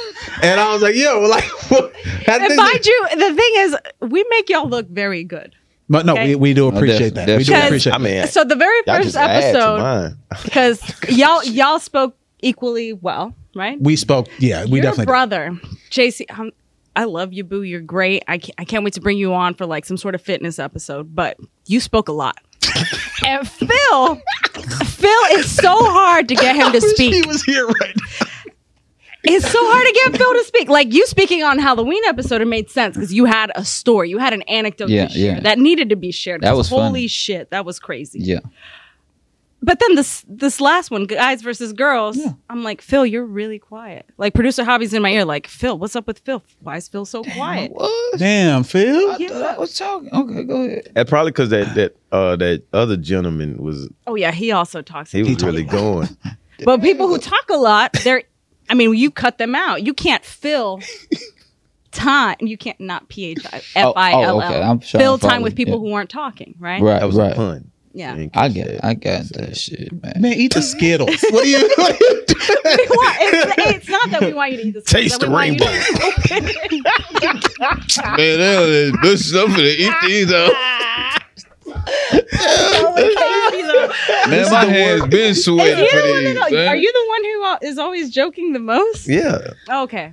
Speaker 1: and I was like, "Yo, well, like, what? how did
Speaker 4: And
Speaker 1: this-
Speaker 4: mind you, the thing is, we make y'all look very good.
Speaker 1: But no, we, we do appreciate that. We do
Speaker 2: definitely.
Speaker 1: appreciate.
Speaker 3: I mean,
Speaker 4: So the very
Speaker 3: y'all
Speaker 4: first
Speaker 3: just add to
Speaker 4: episode,
Speaker 3: mine.
Speaker 4: because y'all y'all spoke equally well, right?
Speaker 1: we spoke. Yeah, we
Speaker 4: your
Speaker 1: definitely.
Speaker 4: brother, JC. i I love you, Boo. You're great. I can't, I can't wait to bring you on for like some sort of fitness episode. But you spoke a lot, and Phil, Phil is so hard to get him to
Speaker 1: He
Speaker 4: speak.
Speaker 1: was here right.
Speaker 4: It's so hard to get Phil to speak. Like you speaking on Halloween episode, it made sense because you had a story, you had an anecdote
Speaker 2: Yeah,
Speaker 4: to share
Speaker 2: yeah.
Speaker 4: that needed to be shared.
Speaker 2: That
Speaker 4: 'Cause
Speaker 2: was
Speaker 4: holy
Speaker 2: funny.
Speaker 4: shit, that was crazy.
Speaker 2: Yeah.
Speaker 4: but then this this last one, guys versus girls,
Speaker 1: Yeah.
Speaker 4: I'm like, Phil, you're really quiet. Like producer hobbies in my ear, like, Phil, what's up with Phil? Why is Phil so quiet?
Speaker 2: What?
Speaker 1: Damn, Phil.
Speaker 2: I thought I was talking. Okay, go ahead.
Speaker 3: And probably because that that uh, that other gentleman was
Speaker 4: Oh yeah, he also talks.
Speaker 3: he was really going.
Speaker 4: But people who talk a lot, they're I mean, you cut them out. You can't fill time. You can't not P H I F I
Speaker 2: Oh,
Speaker 4: L
Speaker 2: oh, okay. I'm
Speaker 4: L.
Speaker 2: sure
Speaker 4: Fill
Speaker 2: I'm
Speaker 4: time with
Speaker 2: following,
Speaker 4: people
Speaker 2: yeah.
Speaker 4: who aren't talking, right?
Speaker 2: Right,
Speaker 3: That was a
Speaker 2: right.
Speaker 3: pun.
Speaker 4: Yeah.
Speaker 3: You didn't
Speaker 2: I
Speaker 3: catch
Speaker 2: get,
Speaker 3: that.
Speaker 2: I got that shit, man.
Speaker 1: Man, eat the Skittles. What do you? What do you do?
Speaker 4: We want- it's, it's not that we want you to eat this.
Speaker 3: Taste the rainbow.
Speaker 2: Man, that is good stuff to eat these up. Man,
Speaker 1: is
Speaker 2: my
Speaker 1: the
Speaker 2: hands
Speaker 1: work.
Speaker 2: been sweating for these. man.
Speaker 4: Are you the one who al- is always joking the most?
Speaker 3: Yeah,
Speaker 4: okay,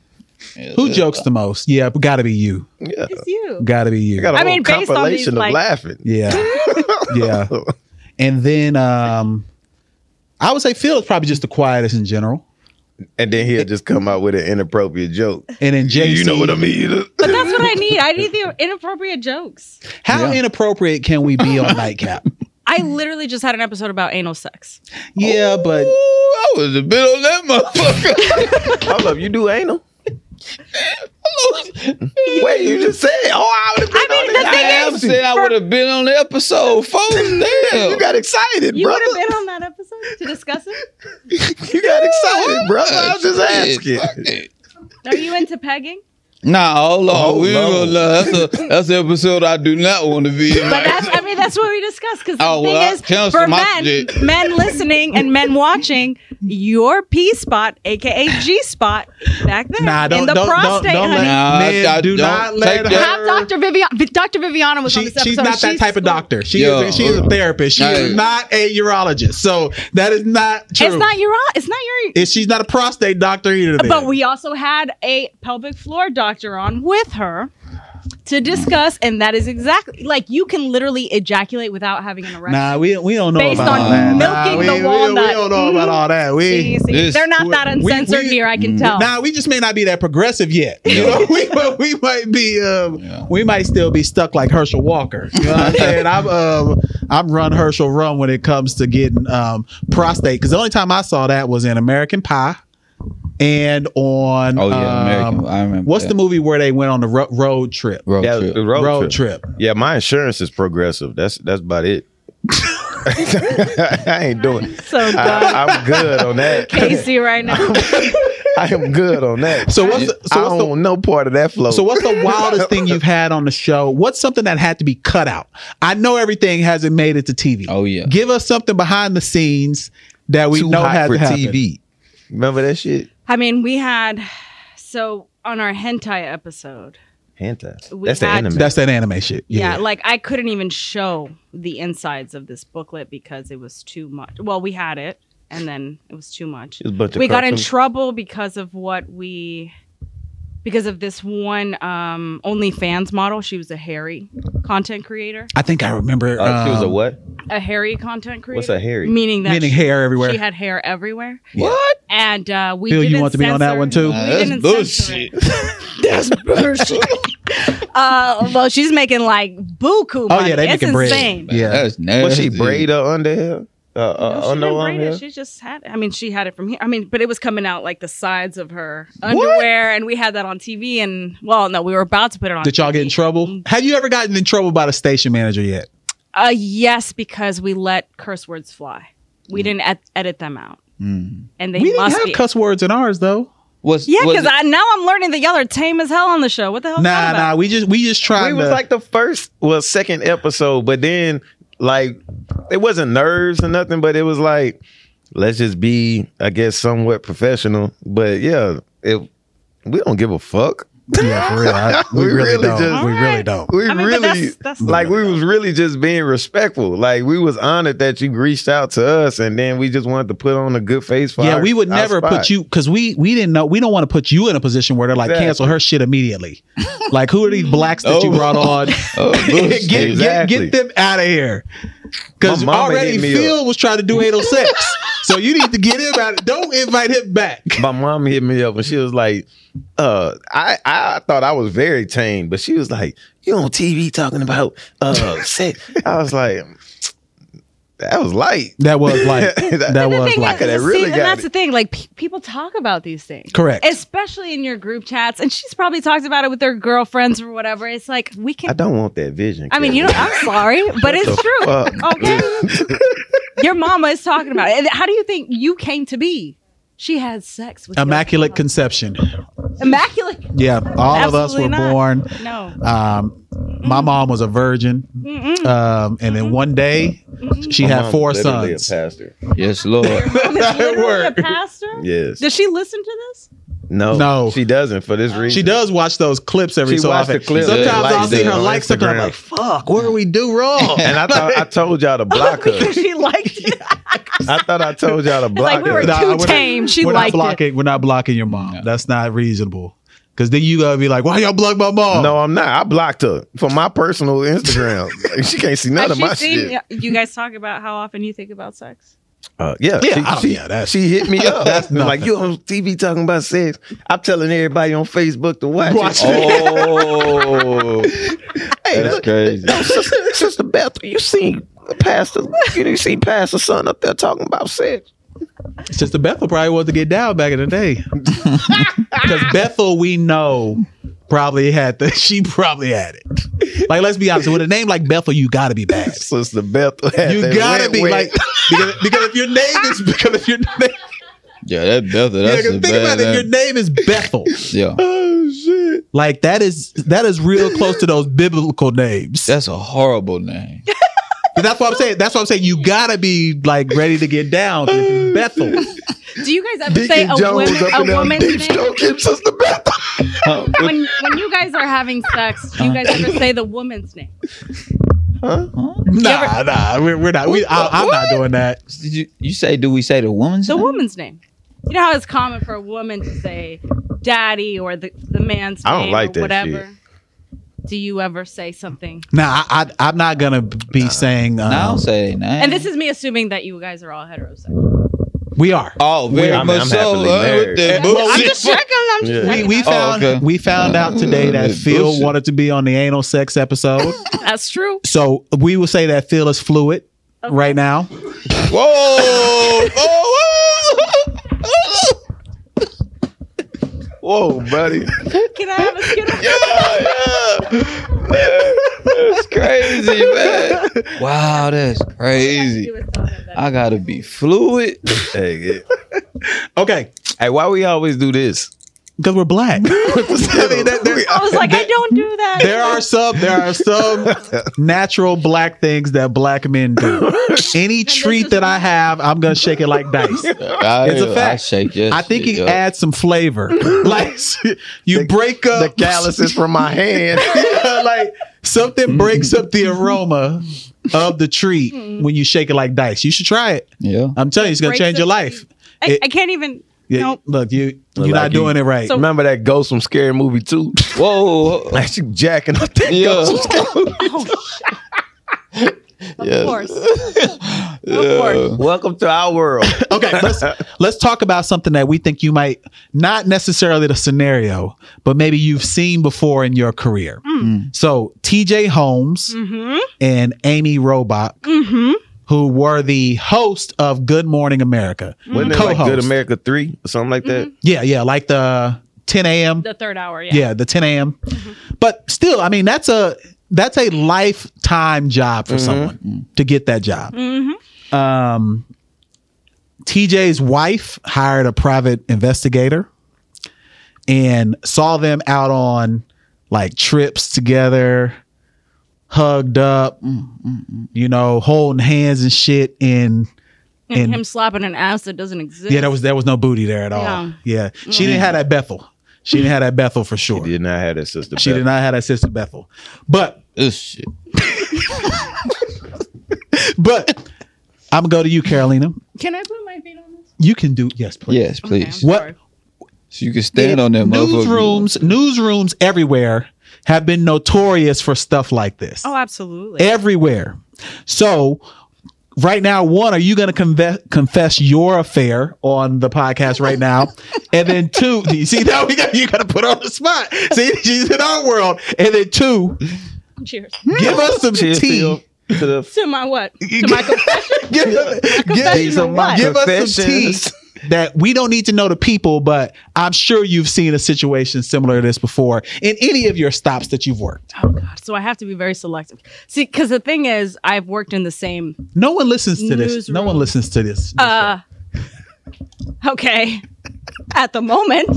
Speaker 1: Who jokes the most? Yeah, got to be you.
Speaker 3: yeah.
Speaker 4: it's you.
Speaker 1: Got to be you.
Speaker 3: I got a
Speaker 4: I
Speaker 3: whole
Speaker 4: mean, based on
Speaker 3: compilation
Speaker 4: these,
Speaker 3: of
Speaker 4: like-
Speaker 3: laughing.
Speaker 1: yeah, yeah. And then um, I would say Phil is probably just the quietest in general.
Speaker 3: And then he'll just come out with an inappropriate joke.
Speaker 1: And then JC,
Speaker 3: You know what I mean?
Speaker 4: But that's what I need. I need the inappropriate jokes.
Speaker 1: How
Speaker 2: Yeah.
Speaker 1: inappropriate can we be on nightcap?
Speaker 4: I literally just had an episode about anal sex.
Speaker 1: Yeah, but
Speaker 2: Ooh, I was a bit on that motherfucker.
Speaker 3: Hold up, you do anal? Wait, you just said, oh, I would have been
Speaker 4: I mean,
Speaker 3: on
Speaker 4: the
Speaker 3: it.
Speaker 4: thing
Speaker 3: I
Speaker 2: I
Speaker 3: am
Speaker 2: said
Speaker 3: serious.
Speaker 2: I would have been on the episode four. Damn.
Speaker 3: You got excited,
Speaker 4: You would
Speaker 3: brother.
Speaker 4: have been on that episode to discuss it.
Speaker 3: you got excited, brother. I was just
Speaker 2: Shit,
Speaker 3: asking.
Speaker 2: fuck it.
Speaker 4: Are you into pegging?
Speaker 2: Nah, hold on.
Speaker 3: Oh,
Speaker 2: we
Speaker 3: no.
Speaker 2: ain't gonna lie. That's, a, that's the episode I do not want to be in.
Speaker 4: But that's, I mean, that's what we discussed. Because the
Speaker 2: Oh,
Speaker 4: thing
Speaker 2: well, I
Speaker 4: is,
Speaker 2: cancel
Speaker 4: for
Speaker 2: my
Speaker 4: men,
Speaker 2: shit.
Speaker 4: men listening and men watching, your P spot, aka G spot, back there
Speaker 1: Nah,
Speaker 4: in
Speaker 1: don't-
Speaker 4: the
Speaker 1: don't- don't-
Speaker 4: prostate,
Speaker 1: don't
Speaker 4: honey.
Speaker 1: let-
Speaker 2: Nah,
Speaker 1: Man,
Speaker 2: I-
Speaker 1: do
Speaker 2: don't
Speaker 1: not let
Speaker 2: take
Speaker 1: her-
Speaker 4: Have Dr. Viviana. Dr. Viviana was on
Speaker 1: she,
Speaker 4: this episode.
Speaker 1: she's not that type of
Speaker 4: cool.
Speaker 1: doctor. She
Speaker 2: Yo.
Speaker 1: is she is a therapist. She
Speaker 2: Hey.
Speaker 1: is not a urologist. So that is not true.
Speaker 4: It's not your. It's not your.
Speaker 1: If she's not a prostate doctor either. then.
Speaker 4: But we also had a pelvic floor doctor on with her to discuss, and that is exactly like you can literally ejaculate without having an erection.
Speaker 1: Nah, we we don't know
Speaker 4: Based
Speaker 1: about
Speaker 4: on
Speaker 1: all that.
Speaker 4: milking
Speaker 1: nah, we,
Speaker 4: the
Speaker 1: we- We,
Speaker 4: walnut. Mm-hmm.
Speaker 1: don't know about all that.
Speaker 4: See,
Speaker 1: We
Speaker 4: see,
Speaker 2: This-
Speaker 4: they're not that
Speaker 1: we-
Speaker 4: uncensored
Speaker 1: we- Mm.
Speaker 4: here. I can tell.
Speaker 1: nah, we just may not be that progressive yet. You
Speaker 2: Yeah.
Speaker 1: know, we, we might be um,
Speaker 2: Yeah.
Speaker 1: we might still be stuck like Herschel Walker. You know what I'm saying? I'm um, I'm run Herschel run when it comes to getting um, prostate because the only time I saw that was in American Pie and on
Speaker 2: Oh yeah, American.
Speaker 1: um,
Speaker 2: I remember.
Speaker 1: what's
Speaker 2: that.
Speaker 1: the movie where they went on the ro- road trip?
Speaker 2: road
Speaker 3: Yeah,
Speaker 2: trip?
Speaker 3: the road,
Speaker 1: Road
Speaker 3: trip.
Speaker 1: trip.
Speaker 3: Yeah, my insurance is progressive. That's that's about it. I ain't doing it.
Speaker 4: so dumb.
Speaker 3: I, I'm good on that.
Speaker 4: Casey, right now.
Speaker 3: I am good on that.
Speaker 1: So what's the, so
Speaker 3: I
Speaker 1: what's the
Speaker 3: don't know part of that flow.
Speaker 1: So what's the wildest thing you've had on the show? What's something that had to be cut out? I know everything hasn't made it to TV.
Speaker 2: Oh, yeah.
Speaker 1: Give us something behind the scenes that we
Speaker 3: Too
Speaker 1: know
Speaker 3: hot
Speaker 1: had
Speaker 3: for
Speaker 1: to happen.
Speaker 3: TV? Remember that shit?
Speaker 4: I mean, we had so on our hentai episode.
Speaker 3: Hentai.
Speaker 4: We
Speaker 3: That's the
Speaker 4: had-
Speaker 3: anime.
Speaker 1: That's that anime shit.
Speaker 4: Yeah.
Speaker 1: Yeah.
Speaker 4: like I couldn't even show the insides of this booklet because it was too much. Well, we had it, and then it was too much.
Speaker 3: It was a bunch of
Speaker 4: we got in
Speaker 3: cartoons.
Speaker 4: trouble because of what we because of this one um OnlyFans model. She was a hairy content creator.
Speaker 1: I think I remember.
Speaker 3: Uh, she was a
Speaker 1: um,
Speaker 3: what?
Speaker 4: A hairy content creator.
Speaker 3: What's a hairy?
Speaker 4: Meaning that
Speaker 1: Meaning
Speaker 4: she,
Speaker 1: hair everywhere.
Speaker 4: she had hair everywhere.
Speaker 2: What?
Speaker 4: And uh we
Speaker 1: Bill, you
Speaker 4: didn't
Speaker 1: want to be on that
Speaker 4: censor-
Speaker 1: one too?
Speaker 4: we
Speaker 2: Nah, that's
Speaker 4: didn't censor it.
Speaker 2: bullshit. that's bullshit.
Speaker 4: Uh well she's making like buku
Speaker 1: oh
Speaker 4: money.
Speaker 1: yeah, they
Speaker 4: it's
Speaker 1: making bread.
Speaker 4: insane.
Speaker 1: Yeah.
Speaker 2: That's nasty.
Speaker 3: Was she braid her under here? Uh, uh,
Speaker 4: No, she
Speaker 3: under
Speaker 4: didn't
Speaker 3: arm
Speaker 4: braid
Speaker 3: here?
Speaker 4: it. She just had. I mean, she had it from here. I mean, but it was coming out like the sides of her underwear, and we had that on TV. And well, no, we were about to put it on.
Speaker 1: Did y'all get in
Speaker 4: TV.
Speaker 1: trouble? Have you ever gotten in trouble by the station manager yet?
Speaker 4: Uh, yes, because we let curse words fly. We didn't ed- edit them out, and they
Speaker 1: Mm. we didn't
Speaker 4: must
Speaker 1: have
Speaker 4: be.
Speaker 1: cuss words in ours though.
Speaker 2: Was
Speaker 4: yeah,
Speaker 2: was
Speaker 4: because
Speaker 2: it-
Speaker 4: I now I'm learning that y'all are tame as hell on the show. What the hell? is
Speaker 1: Nah,
Speaker 4: that about?
Speaker 1: nah. We just we just tried.
Speaker 3: We was
Speaker 1: to-
Speaker 3: like the first, well, second episode, but then like it wasn't nerves or nothing, but it was like let's just be, I guess, somewhat professional. But yeah, it we don't give a fuck.
Speaker 1: yeah, for real. I- we,
Speaker 3: We
Speaker 1: really,
Speaker 3: really
Speaker 1: don't.
Speaker 3: just-
Speaker 1: we really
Speaker 4: Alright.
Speaker 1: don't.
Speaker 3: We
Speaker 4: I mean, but
Speaker 3: really
Speaker 4: that's- that's-
Speaker 3: like we was really just being respectful. Like we was honored that you reached out to us, and then we just wanted to put on a good face for
Speaker 1: Yeah,
Speaker 3: our-
Speaker 1: we would
Speaker 3: our
Speaker 1: never
Speaker 3: spot.
Speaker 1: put you because we we didn't know we don't want to put you in a position where they're like
Speaker 3: Exactly.
Speaker 1: cancel her shit immediately. like who are these blacks that you
Speaker 2: Oh.
Speaker 1: brought on?
Speaker 2: Oh,
Speaker 1: get,
Speaker 2: bullshit.
Speaker 1: get- get
Speaker 3: Exactly.
Speaker 1: them out of here. Because
Speaker 3: My mama
Speaker 1: already
Speaker 3: hit me
Speaker 1: Phil was trying to do 806. so you need to get him out. Don't invite him back.
Speaker 3: my mom hit me up and she was like, uh, I, I thought I was very tame, but she was like, You on TV talking about uh sex. I was like, That was light.
Speaker 1: That was like
Speaker 3: That-
Speaker 1: that
Speaker 4: And the
Speaker 1: was
Speaker 4: thing
Speaker 1: like
Speaker 4: is,
Speaker 3: it. I
Speaker 4: see,
Speaker 3: really
Speaker 4: and
Speaker 3: got
Speaker 4: that's
Speaker 3: it.
Speaker 4: the thing. Like pe- people talk about these things,
Speaker 1: Correct.
Speaker 4: Especially in your group chats, and she's probably talked about it with their girlfriends or whatever. It's like we
Speaker 3: I
Speaker 4: can.
Speaker 3: don't want that vision.
Speaker 4: I, mean, you know,
Speaker 3: Kevin.
Speaker 4: I'm sorry, but
Speaker 3: What
Speaker 4: it's
Speaker 3: the
Speaker 4: true.
Speaker 3: fuck?
Speaker 4: Okay, your mama is talking about it. And How do you think you came to be? She had sex with your
Speaker 1: immaculate
Speaker 4: mama.
Speaker 1: conception.
Speaker 4: immaculate.
Speaker 1: Yeah, all of us
Speaker 4: Absolutely
Speaker 1: were
Speaker 4: not.
Speaker 1: born.
Speaker 4: No.
Speaker 1: Um, my mom was a virgin,
Speaker 4: Mm-mm.
Speaker 1: um, and then one day she
Speaker 3: My
Speaker 1: had
Speaker 3: mom's
Speaker 1: four
Speaker 3: literally a
Speaker 1: sons.
Speaker 3: pastor.
Speaker 2: Yes, Lord.
Speaker 4: Mom is
Speaker 3: That
Speaker 4: literally a
Speaker 3: worked.
Speaker 4: pastor.
Speaker 3: Yes.
Speaker 4: Does she listen to this?
Speaker 3: No.
Speaker 1: No.
Speaker 3: She doesn't for this reason.
Speaker 1: She does watch those clips every
Speaker 3: She
Speaker 1: so
Speaker 3: watched
Speaker 1: often.
Speaker 3: the clips.
Speaker 1: Sometimes
Speaker 2: Yeah,
Speaker 1: I'll
Speaker 2: likes
Speaker 1: see
Speaker 2: it
Speaker 1: her
Speaker 3: on
Speaker 1: like something. I'm
Speaker 3: Instagram.
Speaker 1: like, "Fuck, what did we do wrong?"
Speaker 3: And I thought I told y'all to block her.
Speaker 4: Because she liked it.
Speaker 3: I thought I told y'all to block
Speaker 4: like we were
Speaker 3: her.
Speaker 1: Nah, we're
Speaker 4: too
Speaker 1: not-
Speaker 4: tame. She
Speaker 1: we're
Speaker 4: liked
Speaker 1: not
Speaker 4: it.
Speaker 1: blocking. We're not blocking your mom. That's not reasonable. Because then you gotta be like, "Why y'all block my mom?"
Speaker 3: No, I'm not. I blocked her from my personal Instagram. Like, she can't see none
Speaker 4: Has
Speaker 3: of
Speaker 4: she
Speaker 3: my
Speaker 4: seen-
Speaker 3: shit.
Speaker 4: You guys talk about how often you think about sex.
Speaker 3: Uh, yeah,
Speaker 1: Yeah,
Speaker 3: she,
Speaker 1: I don't-
Speaker 3: she,
Speaker 1: yeah, that's-
Speaker 3: she hit me up.
Speaker 1: That's
Speaker 3: That's like
Speaker 1: nothing.
Speaker 3: you on TV talking about sex. I'm telling everybody on Facebook to watch,
Speaker 1: Watch
Speaker 3: it.
Speaker 1: it.
Speaker 2: Oh,
Speaker 3: Hey,
Speaker 2: that's
Speaker 3: look,
Speaker 2: crazy.
Speaker 3: yo, sister, sister Beth, you seen Pastor? You didn't see Pastor son up there talking about sex?
Speaker 1: Sister Bethel probably was to get down back in the day. Because Bethel, we know, probably had the she probably had it. Like, let's be honest, with a name like Bethel, you gotta be bad.
Speaker 3: Sister Beth,
Speaker 1: You gotta be like because, because if your name is because if your name
Speaker 2: Yeah, that Bethel. That's
Speaker 1: yeah,
Speaker 2: a
Speaker 1: think about
Speaker 2: bad
Speaker 1: it, if your
Speaker 2: name.
Speaker 1: name is Bethel.
Speaker 2: Yeah,
Speaker 3: oh shit.
Speaker 1: Like that is that is real close to those biblical names.
Speaker 2: that's a horrible name.
Speaker 1: But that's what I'm saying. That's what I'm saying. You gotta be like ready to get down. if it's Bethel.
Speaker 4: Do you guys ever say
Speaker 3: Deacon
Speaker 4: a
Speaker 3: Jones
Speaker 4: woman,
Speaker 3: up
Speaker 4: a
Speaker 3: in there,
Speaker 4: woman's
Speaker 3: deep
Speaker 4: name?
Speaker 3: stroking Sister Beth.
Speaker 2: Huh? What-
Speaker 4: When, when you guys are having sex, do you guys ever say the woman's name?
Speaker 1: Nah, nah, we're, we're not. We, I, I'm not doing that.
Speaker 2: Did you, you say? Do we say the woman's
Speaker 4: The
Speaker 2: name?
Speaker 4: woman's name. You know how it's common for a woman to say daddy or the, the man's
Speaker 3: I don't
Speaker 4: name
Speaker 3: like
Speaker 4: or
Speaker 3: that
Speaker 4: whatever. Do you ever say something?
Speaker 1: Nah, I, I, I'm not gonna be saying. Um,
Speaker 2: No, I don't say that.
Speaker 4: And this is me assuming that you guys are all heterosexual.
Speaker 1: we are.
Speaker 2: oh, very
Speaker 3: We're- I'm-
Speaker 2: much
Speaker 3: I'm
Speaker 2: so.
Speaker 3: happily
Speaker 2: uh,
Speaker 3: married.
Speaker 2: with that
Speaker 1: Well, I'm
Speaker 2: bullshit.
Speaker 1: just
Speaker 4: checking. I'm
Speaker 3: just Yeah.
Speaker 1: We, we
Speaker 2: Oh,
Speaker 1: found
Speaker 2: okay.
Speaker 1: we found out today that
Speaker 2: Mm,
Speaker 1: Phil
Speaker 2: bullshit.
Speaker 1: wanted to be on the anal sex episode,
Speaker 4: Oh, That's true.
Speaker 1: so we will say that Phil is fluid
Speaker 4: Okay.
Speaker 1: right now.
Speaker 2: Whoa! Oh, whoa.
Speaker 3: Whoa, buddy.
Speaker 4: Can I have a Skittle?
Speaker 3: Oh,
Speaker 2: That's crazy, man. Wow, that's crazy.
Speaker 1: Uh,
Speaker 2: I gotta be fluid.
Speaker 3: hey, yeah.
Speaker 1: Okay,
Speaker 3: hey, why we always do this?
Speaker 1: because we're black.
Speaker 4: I was like, I don't do that.
Speaker 1: There are some there are some natural black things that black men do. Any treat that I have, I'm gonna shake it like dice.
Speaker 2: I,
Speaker 1: It's a fact.
Speaker 2: I shake your
Speaker 1: I think
Speaker 2: shit
Speaker 1: it
Speaker 2: up.
Speaker 1: adds some flavor. Like you break up
Speaker 3: the calluses from my hand.
Speaker 1: like something breaks up the
Speaker 3: Mm-hmm.
Speaker 1: aroma of the treat when you shake it like dice. You should try it.
Speaker 2: Yeah.
Speaker 1: I'm telling you, it's gonna
Speaker 4: Mm-hmm. Breaks
Speaker 1: change your
Speaker 4: up the-
Speaker 1: life.
Speaker 4: I, I can't even.
Speaker 1: Yeah,
Speaker 4: Nope.
Speaker 1: Look, you you're
Speaker 3: Like
Speaker 1: not
Speaker 3: you-
Speaker 1: doing it right.
Speaker 4: So-
Speaker 3: Remember that ghost from Scary Movie 2?
Speaker 2: Whoa.
Speaker 3: Like she jacking up that
Speaker 2: Yeah.
Speaker 3: ghost.
Speaker 4: Oh, Of
Speaker 2: Yes.
Speaker 4: course.
Speaker 2: yeah.
Speaker 3: Welcome to our world.
Speaker 1: okay, let's let's talk about something that we think you might not necessarily the scenario, but maybe you've seen before in your career.
Speaker 3: Mm.
Speaker 1: So TJ Holmes and Amy Robach, who were the host of Good Morning America,
Speaker 3: Wasn't it like Good America 3 or something like that?
Speaker 4: Mm-hmm.
Speaker 1: Yeah, yeah, like the 10 a.m.
Speaker 4: The third hour, yeah.
Speaker 1: yeah, the 10 a.m. But still, I mean, that's a that's a lifetime job for someone to get that job. Um, TJ's wife hired a private investigator and saw them out on like trips together, hugged up, mm, you know, holding hands and shit. And
Speaker 4: And,
Speaker 1: And-
Speaker 4: him slapping an ass that doesn't exist.
Speaker 1: yeah, there was there was no booty there at all.
Speaker 4: No.
Speaker 1: Yeah, she didn't have that Bethel. She didn't have that Bethel for sure.
Speaker 3: Did not have that sister.
Speaker 1: She did not have that sister Bethel. But
Speaker 2: This shit.
Speaker 1: but I'm gonna go to you, Carolina.
Speaker 4: Can I put my feet on this?
Speaker 1: You can do yes, please.
Speaker 2: Yes,
Speaker 4: Okay,
Speaker 2: please.
Speaker 4: I'm
Speaker 1: What-
Speaker 4: sorry.
Speaker 2: So you can stand on that motherfucker.
Speaker 1: newsrooms, newsrooms everywhere have been notorious for stuff like this.
Speaker 4: Oh, absolutely.
Speaker 1: everywhere. So right now, one, are you gonna conve- confess your affair on the podcast right now? and then two, you see now we got you gotta put her on the spot. See, she's in our world. And then two,
Speaker 4: Cheers.
Speaker 1: give us some
Speaker 3: Cheers,
Speaker 1: tea
Speaker 3: Phil. to the
Speaker 4: To my what? To my confession.
Speaker 3: give,
Speaker 4: confession
Speaker 1: some-
Speaker 4: or what?
Speaker 1: give us some
Speaker 3: Confessions.
Speaker 1: tea that we don't need to know the people, but I'm sure you've seen a situation similar to this before in any of your stops that you've worked.
Speaker 4: Oh God! So I have to be very selective. See, because the thing is, I've worked in the same
Speaker 1: No one listens to this. No
Speaker 4: Newsroom.
Speaker 1: one listens to this.
Speaker 4: Uh, okay. At the moment,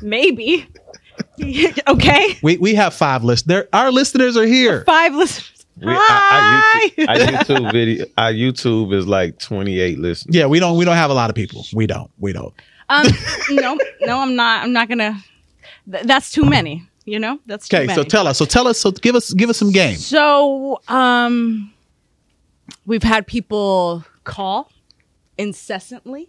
Speaker 4: maybe. okay.
Speaker 1: we we have five listeners. There, our listeners are here.
Speaker 4: Five listeners.
Speaker 3: We, I, I, YouTube,
Speaker 4: Hi.
Speaker 3: our YouTube video. Our YouTube is like 28 listeners.
Speaker 1: Yeah, we don't we don't have a lot of people. We don't. We don't.
Speaker 4: um, no, no, I'm not. I'm not gonna. Th- that's too many. You know, that's too
Speaker 1: Okay,
Speaker 4: many.
Speaker 1: so tell us. So tell us. So give us give us some game.
Speaker 4: So, um, we've had people call incessantly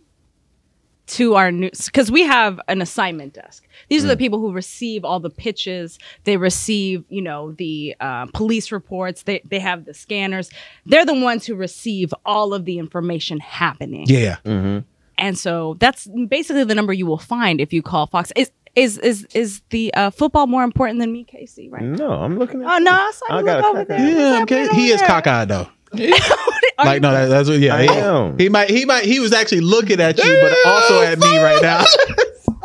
Speaker 4: to our news because we have an assignment desk. These are the people who receive all the pitches. They receive, you know, the uh, police reports. They they have the scanners. They're the ones who receive all of the information happening.
Speaker 1: Yeah.
Speaker 4: And so that's basically the number you will find if you call Fox. Is is is is the uh, football more important than me, Casey? Right?
Speaker 3: No, I'm looking at
Speaker 4: Oh no, I saw
Speaker 3: I
Speaker 4: you
Speaker 3: got
Speaker 4: look
Speaker 3: a
Speaker 4: over
Speaker 3: cock-
Speaker 4: there. What's
Speaker 1: Yeah. Okay.
Speaker 4: happening
Speaker 1: He
Speaker 4: over
Speaker 1: is
Speaker 4: there?
Speaker 1: cockeyed though.
Speaker 4: Are
Speaker 1: Like
Speaker 4: you-
Speaker 1: no, that, that's what. Yeah.
Speaker 3: I
Speaker 1: he,
Speaker 3: am.
Speaker 1: he might. He might. He was actually looking at you, but also at me right now.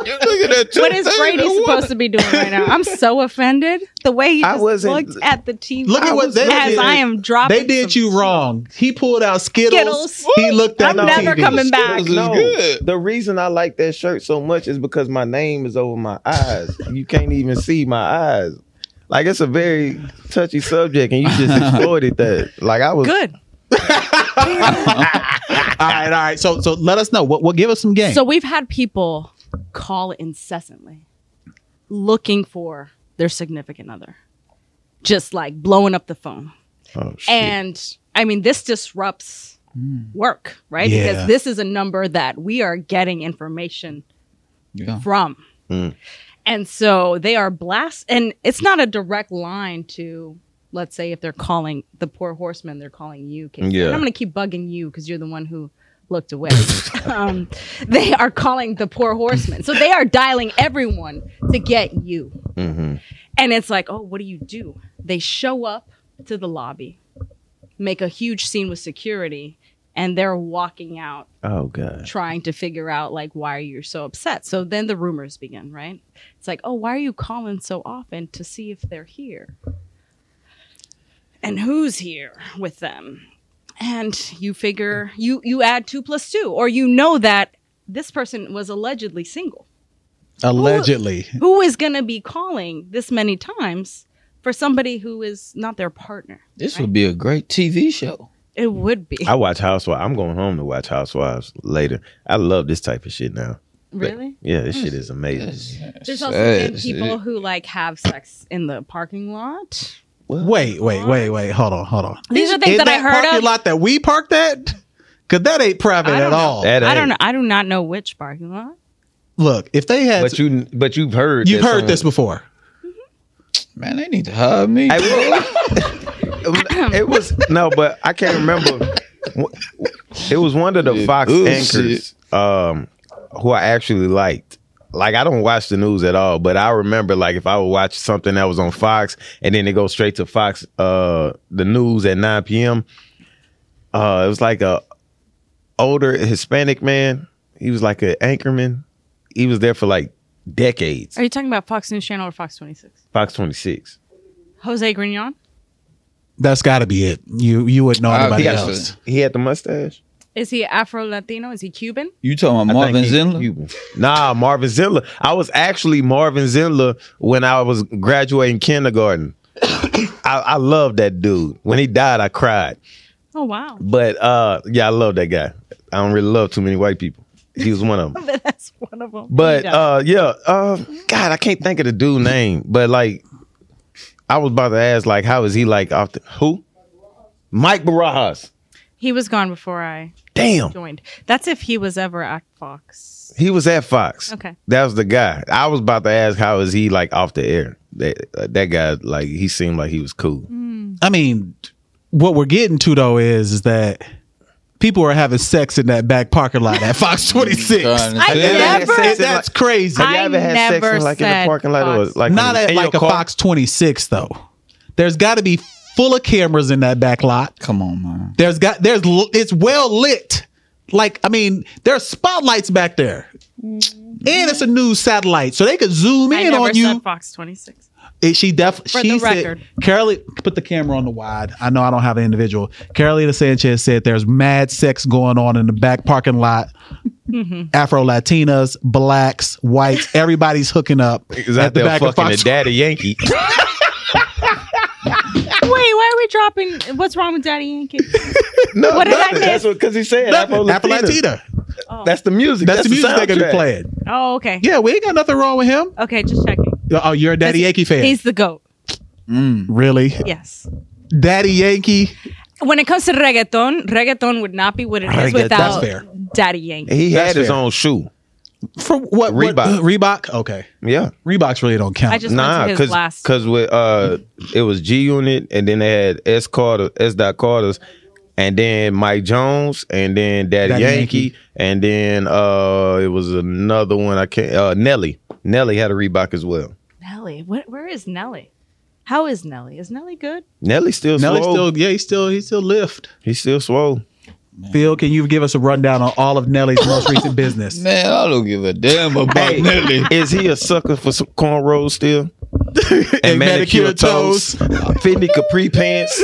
Speaker 3: You looking at
Speaker 4: what is Brady supposed to be doing right now? I'm so offended. The way he
Speaker 3: I
Speaker 4: just
Speaker 3: wasn't-
Speaker 4: looked at the TV
Speaker 1: Look at what they
Speaker 4: as
Speaker 1: did.
Speaker 4: I am dropping.
Speaker 1: They did
Speaker 4: some-
Speaker 1: you wrong. He pulled out Skittles.
Speaker 4: Skittles.
Speaker 1: He looked at
Speaker 4: I'm
Speaker 1: the
Speaker 4: never
Speaker 1: TV.
Speaker 4: coming back.
Speaker 2: Skittles is
Speaker 3: No,
Speaker 2: good.
Speaker 3: the reason I like that shirt so much is because my name is over my eyes. you can't even see my eyes. Like it's a very touchy subject, and you just exploited that. Like I was
Speaker 4: Good.
Speaker 1: All right. All right. So so let us know. What what give us some game.
Speaker 4: So we've had people call incessantly looking for their significant other, just like blowing up the phone.
Speaker 3: Oh, shit.
Speaker 4: And I mean, this disrupts work, right?
Speaker 1: Mm. Yeah.
Speaker 4: Because this is a number that we are getting information
Speaker 2: Yeah.
Speaker 4: from.
Speaker 3: Mm.
Speaker 4: And so they are blast and it's not a direct line to let's say if they're calling the poor horseman, they're calling you. Casey.
Speaker 3: Yeah.
Speaker 4: And I'm gonna keep bugging you because you're the one who looked away. um, they are calling the poor horseman. So they are dialing everyone to get you.
Speaker 3: Mhm.
Speaker 4: And it's like, oh, what do you do? They show up to the lobby, make a huge scene with security, and they're walking out
Speaker 3: Oh god.
Speaker 4: trying to figure out like why you're so upset. So then the rumors begin, right? It's like, oh, why are you calling so often to see if they're here? And who's here with them? And you figure you you add two plus two, or you know that this person was allegedly single.
Speaker 1: Allegedly.
Speaker 4: Who is gonna be calling this many times for somebody who is not their partner?
Speaker 2: This would be a great TV show.
Speaker 4: It would be.
Speaker 3: I watch Housewives. I'm going home to watch Housewives later. I love this type of shit now.
Speaker 4: really?
Speaker 3: Yeah, this shit is amazing.
Speaker 4: There's also been
Speaker 2: Yes,
Speaker 4: people
Speaker 2: it-
Speaker 4: who like have sex in the parking lot.
Speaker 1: Wait, wait, wait, wait. Hold on, hold on.
Speaker 4: These are things
Speaker 1: In
Speaker 4: that, I
Speaker 1: that
Speaker 4: heard
Speaker 1: parking
Speaker 4: of.
Speaker 1: lot that we parked at? Cause that ain't private
Speaker 4: I
Speaker 1: at
Speaker 4: don't know.
Speaker 1: all.
Speaker 3: That
Speaker 4: I
Speaker 3: ain't-
Speaker 4: don't know. I do not know which parking lot.
Speaker 1: Look, if they had,
Speaker 3: But you, but you've heard.
Speaker 1: you, have
Speaker 3: that
Speaker 1: heard
Speaker 3: some-
Speaker 1: this before.
Speaker 2: Man, they need to hire me.
Speaker 3: I will- it was no, but I can't remember. It was one of the Fox
Speaker 2: Ooh,
Speaker 3: anchors um, who I actually liked. Like I don't watch the news at all, but I remember like if I would watch something that was on Fox and then it goes straight to Fox uh the news at 9 p.m. Uh it was like a older Hispanic man. He was like an anchorman. He was there for like decades.
Speaker 4: Are you talking about Fox News Channel or Fox 26?
Speaker 3: Fox 26.
Speaker 4: Jose Grignon?
Speaker 1: That's got to be it. You you wouldn't know
Speaker 2: Uh,
Speaker 1: anybody
Speaker 2: yes.
Speaker 1: else.
Speaker 3: He had the mustache.
Speaker 4: Is he Afro Latino? Is he Cuban?
Speaker 2: you talking about
Speaker 3: I
Speaker 2: Marvin
Speaker 3: think he-
Speaker 2: Zindler?
Speaker 3: Cuban. Nah, Marvin Zindler. I was actually Marvin Zindler when I was graduating kindergarten. I, I love that dude. When he died, I cried.
Speaker 4: Oh, wow.
Speaker 3: But uh, yeah, I love that guy. I don't really love too many white people. He was one of them.
Speaker 4: That's one of them.
Speaker 3: But
Speaker 4: Yeah.
Speaker 3: uh, yeah, uh, God, I can't think of the dude name. But like, I was about to ask, like, how is he like off the who? Mike Barajas.
Speaker 4: he was gone before I
Speaker 3: Damn,
Speaker 4: joined. That's if he was ever at Fox.
Speaker 3: he was at Fox.
Speaker 4: Okay.
Speaker 3: That was the guy. I was about to ask how is he like off the air. That uh, that guy like he seemed like he was cool.
Speaker 1: I mean, what we're getting to though is is that people are having sex in that back parking lot at Fox Twenty Six.
Speaker 2: Trying to
Speaker 4: I
Speaker 2: tell you.
Speaker 4: never-
Speaker 1: That's that's crazy.
Speaker 4: I never
Speaker 3: in, like in the
Speaker 4: said
Speaker 3: parking lot or
Speaker 4: Fox.
Speaker 3: like
Speaker 1: Not
Speaker 3: in,
Speaker 1: at
Speaker 3: in
Speaker 1: like a
Speaker 3: your car?
Speaker 1: Fox Twenty Six though. There's got to be full of cameras in that back lot.
Speaker 2: Come on, man.
Speaker 1: There's got there's l- it's well lit. Like I mean, there's spotlights back there, and it's a news satellite, so they could zoom
Speaker 6: I
Speaker 1: in
Speaker 6: never
Speaker 1: on
Speaker 6: said
Speaker 1: you.
Speaker 6: Fox 26.
Speaker 1: It- she definitely
Speaker 6: For
Speaker 1: she
Speaker 6: the
Speaker 1: said
Speaker 6: record.
Speaker 1: Carolina put the camera on the wide. I know I don't have an individual. Carolina Sanchez said there's mad sex going on in the back parking lot.
Speaker 6: Mm-hmm.
Speaker 1: Afro Latinas, blacks, whites, everybody's hooking up
Speaker 3: Is out there fucking a daddy Yankee.
Speaker 4: Wait, why are we dropping? What's wrong with Daddy Yankee?
Speaker 3: no,
Speaker 4: What did I
Speaker 3: nothing.
Speaker 4: miss?
Speaker 3: That's what because he said
Speaker 1: Afro
Speaker 3: Afro-Latina.
Speaker 1: Latina.
Speaker 4: Oh,
Speaker 3: That's the music.
Speaker 1: That's the music they're gonna be
Speaker 3: soundtrack.
Speaker 1: playing.
Speaker 4: oh okay.
Speaker 1: Yeah, we ain't got nothing wrong with him.
Speaker 4: Okay, just checking.
Speaker 1: Oh, you're a Daddy Yankee fan.
Speaker 4: He's the goat.
Speaker 2: Mm.
Speaker 1: really?
Speaker 4: Yes.
Speaker 1: Daddy Yankee.
Speaker 4: When it comes to reggaeton, reggaeton would not be what it is
Speaker 1: Reggaeton. That's
Speaker 4: without
Speaker 1: fair.
Speaker 4: Daddy Yankee.
Speaker 3: He
Speaker 1: That's
Speaker 3: had his
Speaker 1: fair.
Speaker 3: own shoe.
Speaker 1: For what? what-
Speaker 3: Reebok.
Speaker 1: Reebok. Okay.
Speaker 3: Yeah.
Speaker 1: Reeboks really don't count.
Speaker 4: I just went to his last.
Speaker 3: because with uh, it was G Unit, and then they had S Carter, S Dot Carter's, and then Mike Jones, and then Daddy,
Speaker 1: Daddy
Speaker 3: Yankee,
Speaker 1: Yankee.
Speaker 3: and then uh, it was another one I can't. Uh, Nelly, Nelly had a Reebok as well.
Speaker 4: Nelly, what, where is Nelly? How is Nelly? Is Nelly good?
Speaker 3: Nelly still
Speaker 1: Nelly
Speaker 3: swole.
Speaker 1: still. Yeah, he still. He still lift.
Speaker 3: he still swole.
Speaker 1: Phil, can you give us a rundown on all of Nelly's most recent business?
Speaker 2: Man, I don't give a damn about
Speaker 3: Hey,
Speaker 2: Nelly.
Speaker 3: is he a sucker for some cornrows still? and,
Speaker 1: manicure
Speaker 3: Fendi capri pants.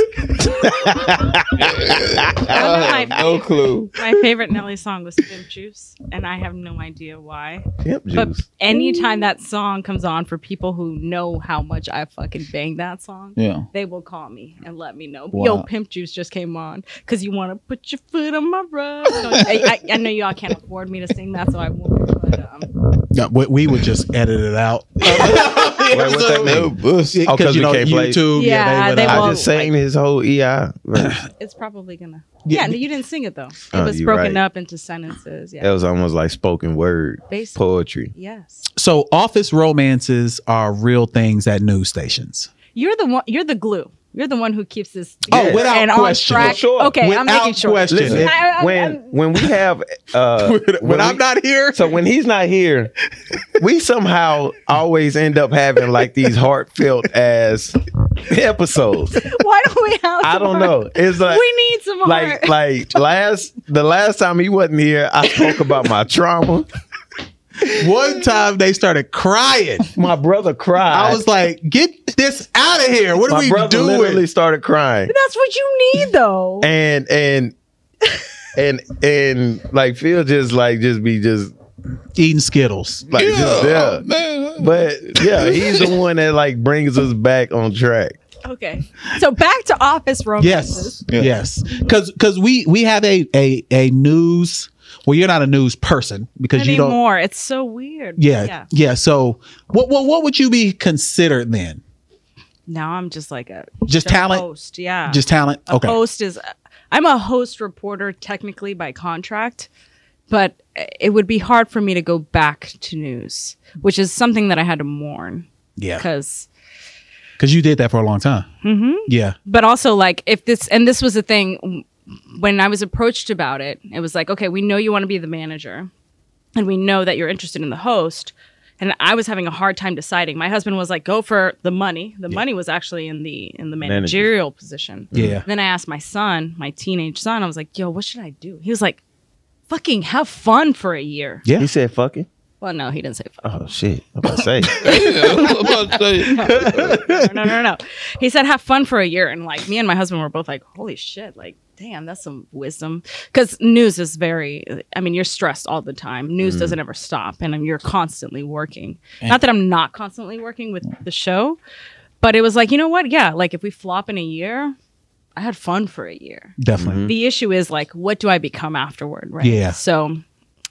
Speaker 2: I
Speaker 4: my
Speaker 2: have no clue.
Speaker 4: My favorite Nelly song was Pimp Juice, and I have no idea why.
Speaker 3: Pimp
Speaker 4: But
Speaker 3: juice.
Speaker 4: anytime that song comes on for people who know how much I fucking bang that song,
Speaker 2: Yeah.
Speaker 4: they will call me and let me know.
Speaker 2: Wow.
Speaker 4: Yo, Pimp Juice just came on because you want to put your foot on my rug. I, I, I know y'all can't afford me to sing that, so I won't. But, um,
Speaker 1: No, we, we would just edit it out.
Speaker 3: Wait, what's that
Speaker 2: No
Speaker 3: name?
Speaker 2: bullshit.
Speaker 3: Oh,
Speaker 1: Because
Speaker 3: 'cause
Speaker 1: you
Speaker 3: Oh, we
Speaker 1: know
Speaker 3: can't play-
Speaker 1: YouTube.
Speaker 4: Yeah, they
Speaker 1: I
Speaker 4: won't.
Speaker 3: I
Speaker 1: just-
Speaker 3: just sang his whole E EI. verse.
Speaker 4: it's probably gonna.
Speaker 1: Yeah,
Speaker 4: Yeah, you didn't sing it though. It
Speaker 3: Oh,
Speaker 4: was
Speaker 3: you're
Speaker 4: broken
Speaker 3: right.
Speaker 4: up into sentences. Yeah,
Speaker 3: That was almost like spoken word
Speaker 4: basically.
Speaker 3: poetry.
Speaker 4: Yes,
Speaker 1: So office romances are real things at news stations.
Speaker 4: you're the one. You're the glue. You're the one who keeps this.
Speaker 1: Oh,
Speaker 4: together
Speaker 1: without
Speaker 4: and
Speaker 1: question.
Speaker 4: On track.
Speaker 3: Sure.
Speaker 4: Okay, I'm
Speaker 1: Without
Speaker 4: making sure.
Speaker 1: question.
Speaker 3: Listen,
Speaker 1: If-
Speaker 4: I- I-
Speaker 3: when
Speaker 4: I'm-
Speaker 3: when we have uh,
Speaker 1: when
Speaker 3: we-
Speaker 1: I'm not here,
Speaker 3: so when he's not here, we somehow always end up having like these heartfelt ass episodes.
Speaker 4: Why don't we have?
Speaker 3: I
Speaker 4: some
Speaker 3: don't
Speaker 4: more?
Speaker 3: know. It's like
Speaker 4: we need some more.
Speaker 3: like like last the last time he wasn't here, I spoke about my trauma.
Speaker 1: one time they started crying.
Speaker 3: My brother cried.
Speaker 1: I was like, "Get this out of here! What are
Speaker 3: my
Speaker 1: we
Speaker 3: brother
Speaker 1: doing?"
Speaker 3: literally started crying.
Speaker 4: That's what you need, though.
Speaker 3: and and and and like Phil just like just be just
Speaker 1: Eating Skittles.
Speaker 3: like just there.
Speaker 2: Man,
Speaker 3: But yeah, he's the one that like brings us back on track.
Speaker 4: okay. So back to office romances.
Speaker 1: Yes,
Speaker 2: Yeah.
Speaker 1: yes, because because we we have a a a news. Well, you're not a news person because you don't.
Speaker 4: Anymore. It's so weird.
Speaker 1: Yeah, yeah,
Speaker 4: Yeah.
Speaker 1: So what what what would you be considered then?
Speaker 4: Now I'm just like a
Speaker 1: Just
Speaker 4: a
Speaker 1: talent?
Speaker 4: Host. Yeah.
Speaker 1: Just talent.
Speaker 4: Uh, a
Speaker 1: okay.
Speaker 4: host is. I'm a host reporter technically by contract, but it would be hard for me to go back to news, which is something that I had to mourn
Speaker 1: Yeah,
Speaker 4: because
Speaker 1: because you did that for a long time. Mm-hmm. Yeah.
Speaker 4: but also like if this and this was a thing when I was approached about it, it was like, okay, we know you want to be the manager, and we know that you're interested in the host. And I was having a hard time deciding. My husband was like, "Go for the money." The money was actually in the in the
Speaker 3: Manager.
Speaker 4: managerial position.
Speaker 1: Yeah.
Speaker 4: Then I asked my son, my teenage son, I was like, "Yo, what should I do?" He was like, "Fucking have fun for a year."
Speaker 1: Yeah.
Speaker 3: He said fucking.
Speaker 4: Well, no, he didn't say fun.
Speaker 3: Oh shit. I'm about to say.
Speaker 2: I was about to say,
Speaker 4: no, no, no, no. He said, have fun for a year. And like me and my husband were both like, holy shit, like, damn, that's some wisdom. Because news is very, I mean, you're stressed all the time. News
Speaker 3: Mm.
Speaker 4: doesn't ever stop. And you're constantly working. Not that I'm not constantly working with the show, but it was like, you know what? Yeah, like if we flop in a year, I had fun for a year.
Speaker 1: Definitely.
Speaker 3: Mm-hmm.
Speaker 4: The issue is like, what do I become afterward? Right.
Speaker 1: Yeah.
Speaker 4: So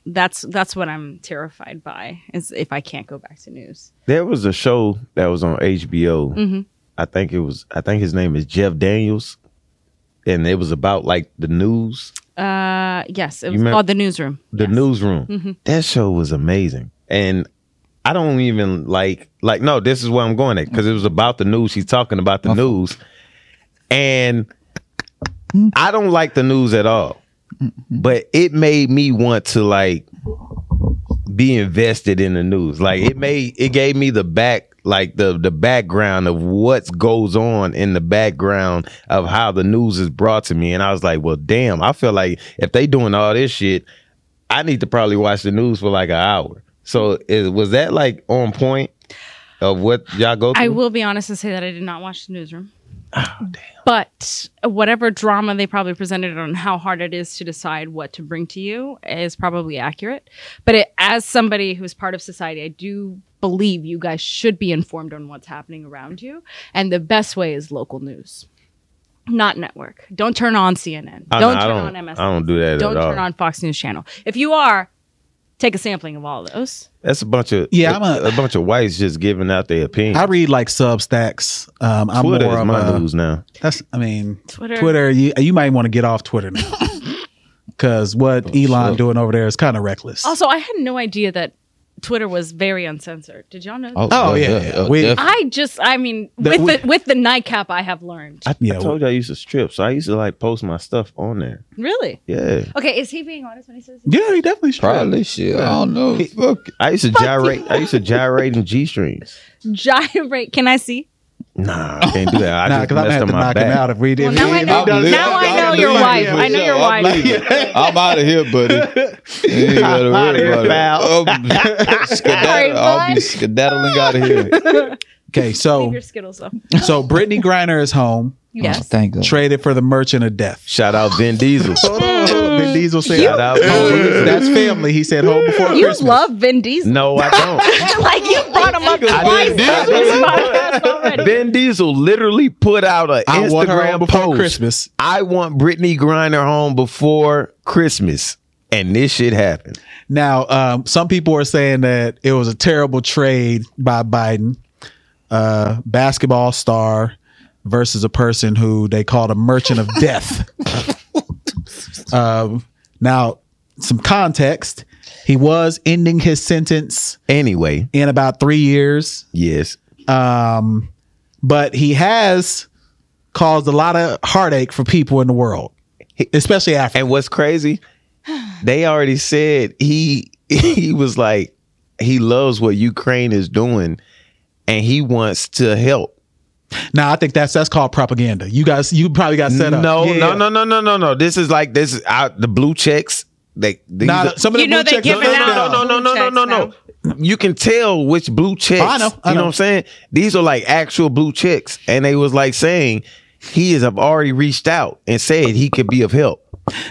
Speaker 4: that's that's what I'm terrified by is if I can't go back to news.
Speaker 3: there was a show that was on HBO.
Speaker 4: Mhm.
Speaker 3: I think it was I think his name is Jeff Daniels. And it was about like the news,
Speaker 4: Uh, yes, it
Speaker 3: You
Speaker 4: was
Speaker 3: remember-
Speaker 4: called the newsroom.
Speaker 3: the
Speaker 4: Yes.
Speaker 3: newsroom. That show was amazing. And I don't even like like no, this is where I'm going at because it was about the news. He's talking about the news. And I don't like the news at all. But it made me want to like be invested in the news. Like it made it gave me the back like the the background of what goes on in the background of how the news is brought to me. And I was like, well, damn, I feel like if they doing all this shit, I need to probably watch the news for like an hour. So is, was that like on point of what y'all go through?
Speaker 4: I will be honest and say that I did not watch the newsroom.
Speaker 3: Ah,
Speaker 4: But whatever drama they probably presented on how hard it is to decide what to bring to you is probably accurate. But it, as somebody who's part of society, I do believe you guys should be informed on what's happening around you. And the best way is local news, not network. Don't turn on CNN.
Speaker 3: I
Speaker 4: don't
Speaker 3: know, I
Speaker 4: turn
Speaker 3: don't,
Speaker 4: on MS.
Speaker 3: I don't do that
Speaker 4: Don't
Speaker 3: at all.
Speaker 4: turn on Fox News Channel. If you are, take a sampling of all those.
Speaker 3: That's a bunch of
Speaker 1: Yeah, I'm
Speaker 3: a,
Speaker 1: a-
Speaker 3: bunch of whites just giving out their opinion.
Speaker 1: I read like Substacks. Um, I'm
Speaker 3: Twitter
Speaker 1: more
Speaker 3: is
Speaker 1: of
Speaker 3: my
Speaker 1: a,
Speaker 3: news now.
Speaker 1: That's I mean
Speaker 4: Twitter.
Speaker 1: Twitter. you you might want to get off Twitter now because what Elon
Speaker 3: shit.
Speaker 1: doing over there is kind of reckless.
Speaker 4: Also, I had no idea that Twitter was very uncensored. Did y'all know? that?
Speaker 1: Oh, yeah, yeah. We-
Speaker 2: definitely.
Speaker 4: I just, I mean,
Speaker 1: That
Speaker 4: with
Speaker 1: we-
Speaker 4: the with the nightcap, I have learned.
Speaker 3: I,
Speaker 1: Yeah,
Speaker 3: I told you I used to strip, so I used to like post my stuff on there.
Speaker 4: really?
Speaker 3: Yeah,
Speaker 4: Okay, is he being honest when he says?
Speaker 1: yeah, he definitely should.
Speaker 2: Probably shit. I don't know. Fuck it.
Speaker 3: I used to gyrate. I used to gyrate in g strings.
Speaker 4: Gyrate. Can I see?
Speaker 3: Nah, I can't do that. I
Speaker 1: Nah,
Speaker 3: just
Speaker 1: because I'm gonna
Speaker 3: messed
Speaker 1: have
Speaker 3: up
Speaker 1: to
Speaker 3: my
Speaker 1: knock him out
Speaker 3: back.
Speaker 1: if we
Speaker 4: Well,
Speaker 1: did.
Speaker 4: now I know.
Speaker 2: I'm leaving.
Speaker 4: Now I know
Speaker 2: I'm
Speaker 4: your
Speaker 2: leaving.
Speaker 4: wife. I know your
Speaker 2: I'm
Speaker 4: wife.
Speaker 2: leaving. I'm out of here, buddy. You ain't gotta
Speaker 3: Outta here,
Speaker 2: worry
Speaker 3: pal.
Speaker 2: about it. Um,
Speaker 4: Sorry,
Speaker 2: skedaddle. I'll be
Speaker 4: bud.
Speaker 2: skedaddling out of here.
Speaker 1: Okay,
Speaker 4: Leave
Speaker 1: so
Speaker 4: your skittles up.
Speaker 1: so Brittany Griner is home,
Speaker 2: Oh,
Speaker 4: Yes.
Speaker 2: thank God.
Speaker 1: traded for the Merchant of Death.
Speaker 3: Shout out Vin Diesel.
Speaker 1: Vin Diesel said,
Speaker 3: Shout out Vin Diesel.
Speaker 1: "That's family." He said, "Home before
Speaker 4: You
Speaker 1: Christmas."
Speaker 4: love Vin Diesel.
Speaker 3: No, I don't.
Speaker 4: like you brought him up twice on this podcast already.
Speaker 3: Vin Diesel literally put out an
Speaker 1: I want her home
Speaker 3: Instagram
Speaker 1: before
Speaker 3: post.
Speaker 1: Christmas.
Speaker 3: I want Brittany Griner home before Christmas, and this shit happened.
Speaker 1: Now, um, some people are saying that it was a terrible trade by Biden, uh, basketball star versus a person who they called a merchant of death. um, now, some context: he was ending his sentence
Speaker 3: Anyway,
Speaker 1: in about three years,
Speaker 3: yes,
Speaker 1: um, but he has caused a lot of heartache for people in the world, especially after.
Speaker 3: And what's crazy? They already said he he was like he loves what Ukraine is doing and he wants to help.
Speaker 1: Now, I think that's that's called propaganda. You guys, you probably got set up.
Speaker 3: No,
Speaker 1: Yeah.
Speaker 3: no, no, no, no, no, no. This is like this is out the blue checks. They these
Speaker 1: Nah,
Speaker 3: are-
Speaker 1: some of
Speaker 4: You
Speaker 1: them
Speaker 4: know
Speaker 1: blue
Speaker 4: they
Speaker 1: checks-
Speaker 4: giving
Speaker 1: no, no,
Speaker 4: out-
Speaker 1: no,
Speaker 3: no,
Speaker 1: no.
Speaker 3: no, no, no,
Speaker 4: Blue
Speaker 3: no, no, no. You can tell which blue checks.
Speaker 1: I know, I
Speaker 3: you know
Speaker 1: know.
Speaker 3: what I'm saying? These are like actual blue checks. And they was like saying he has have already reached out and said he could be of help.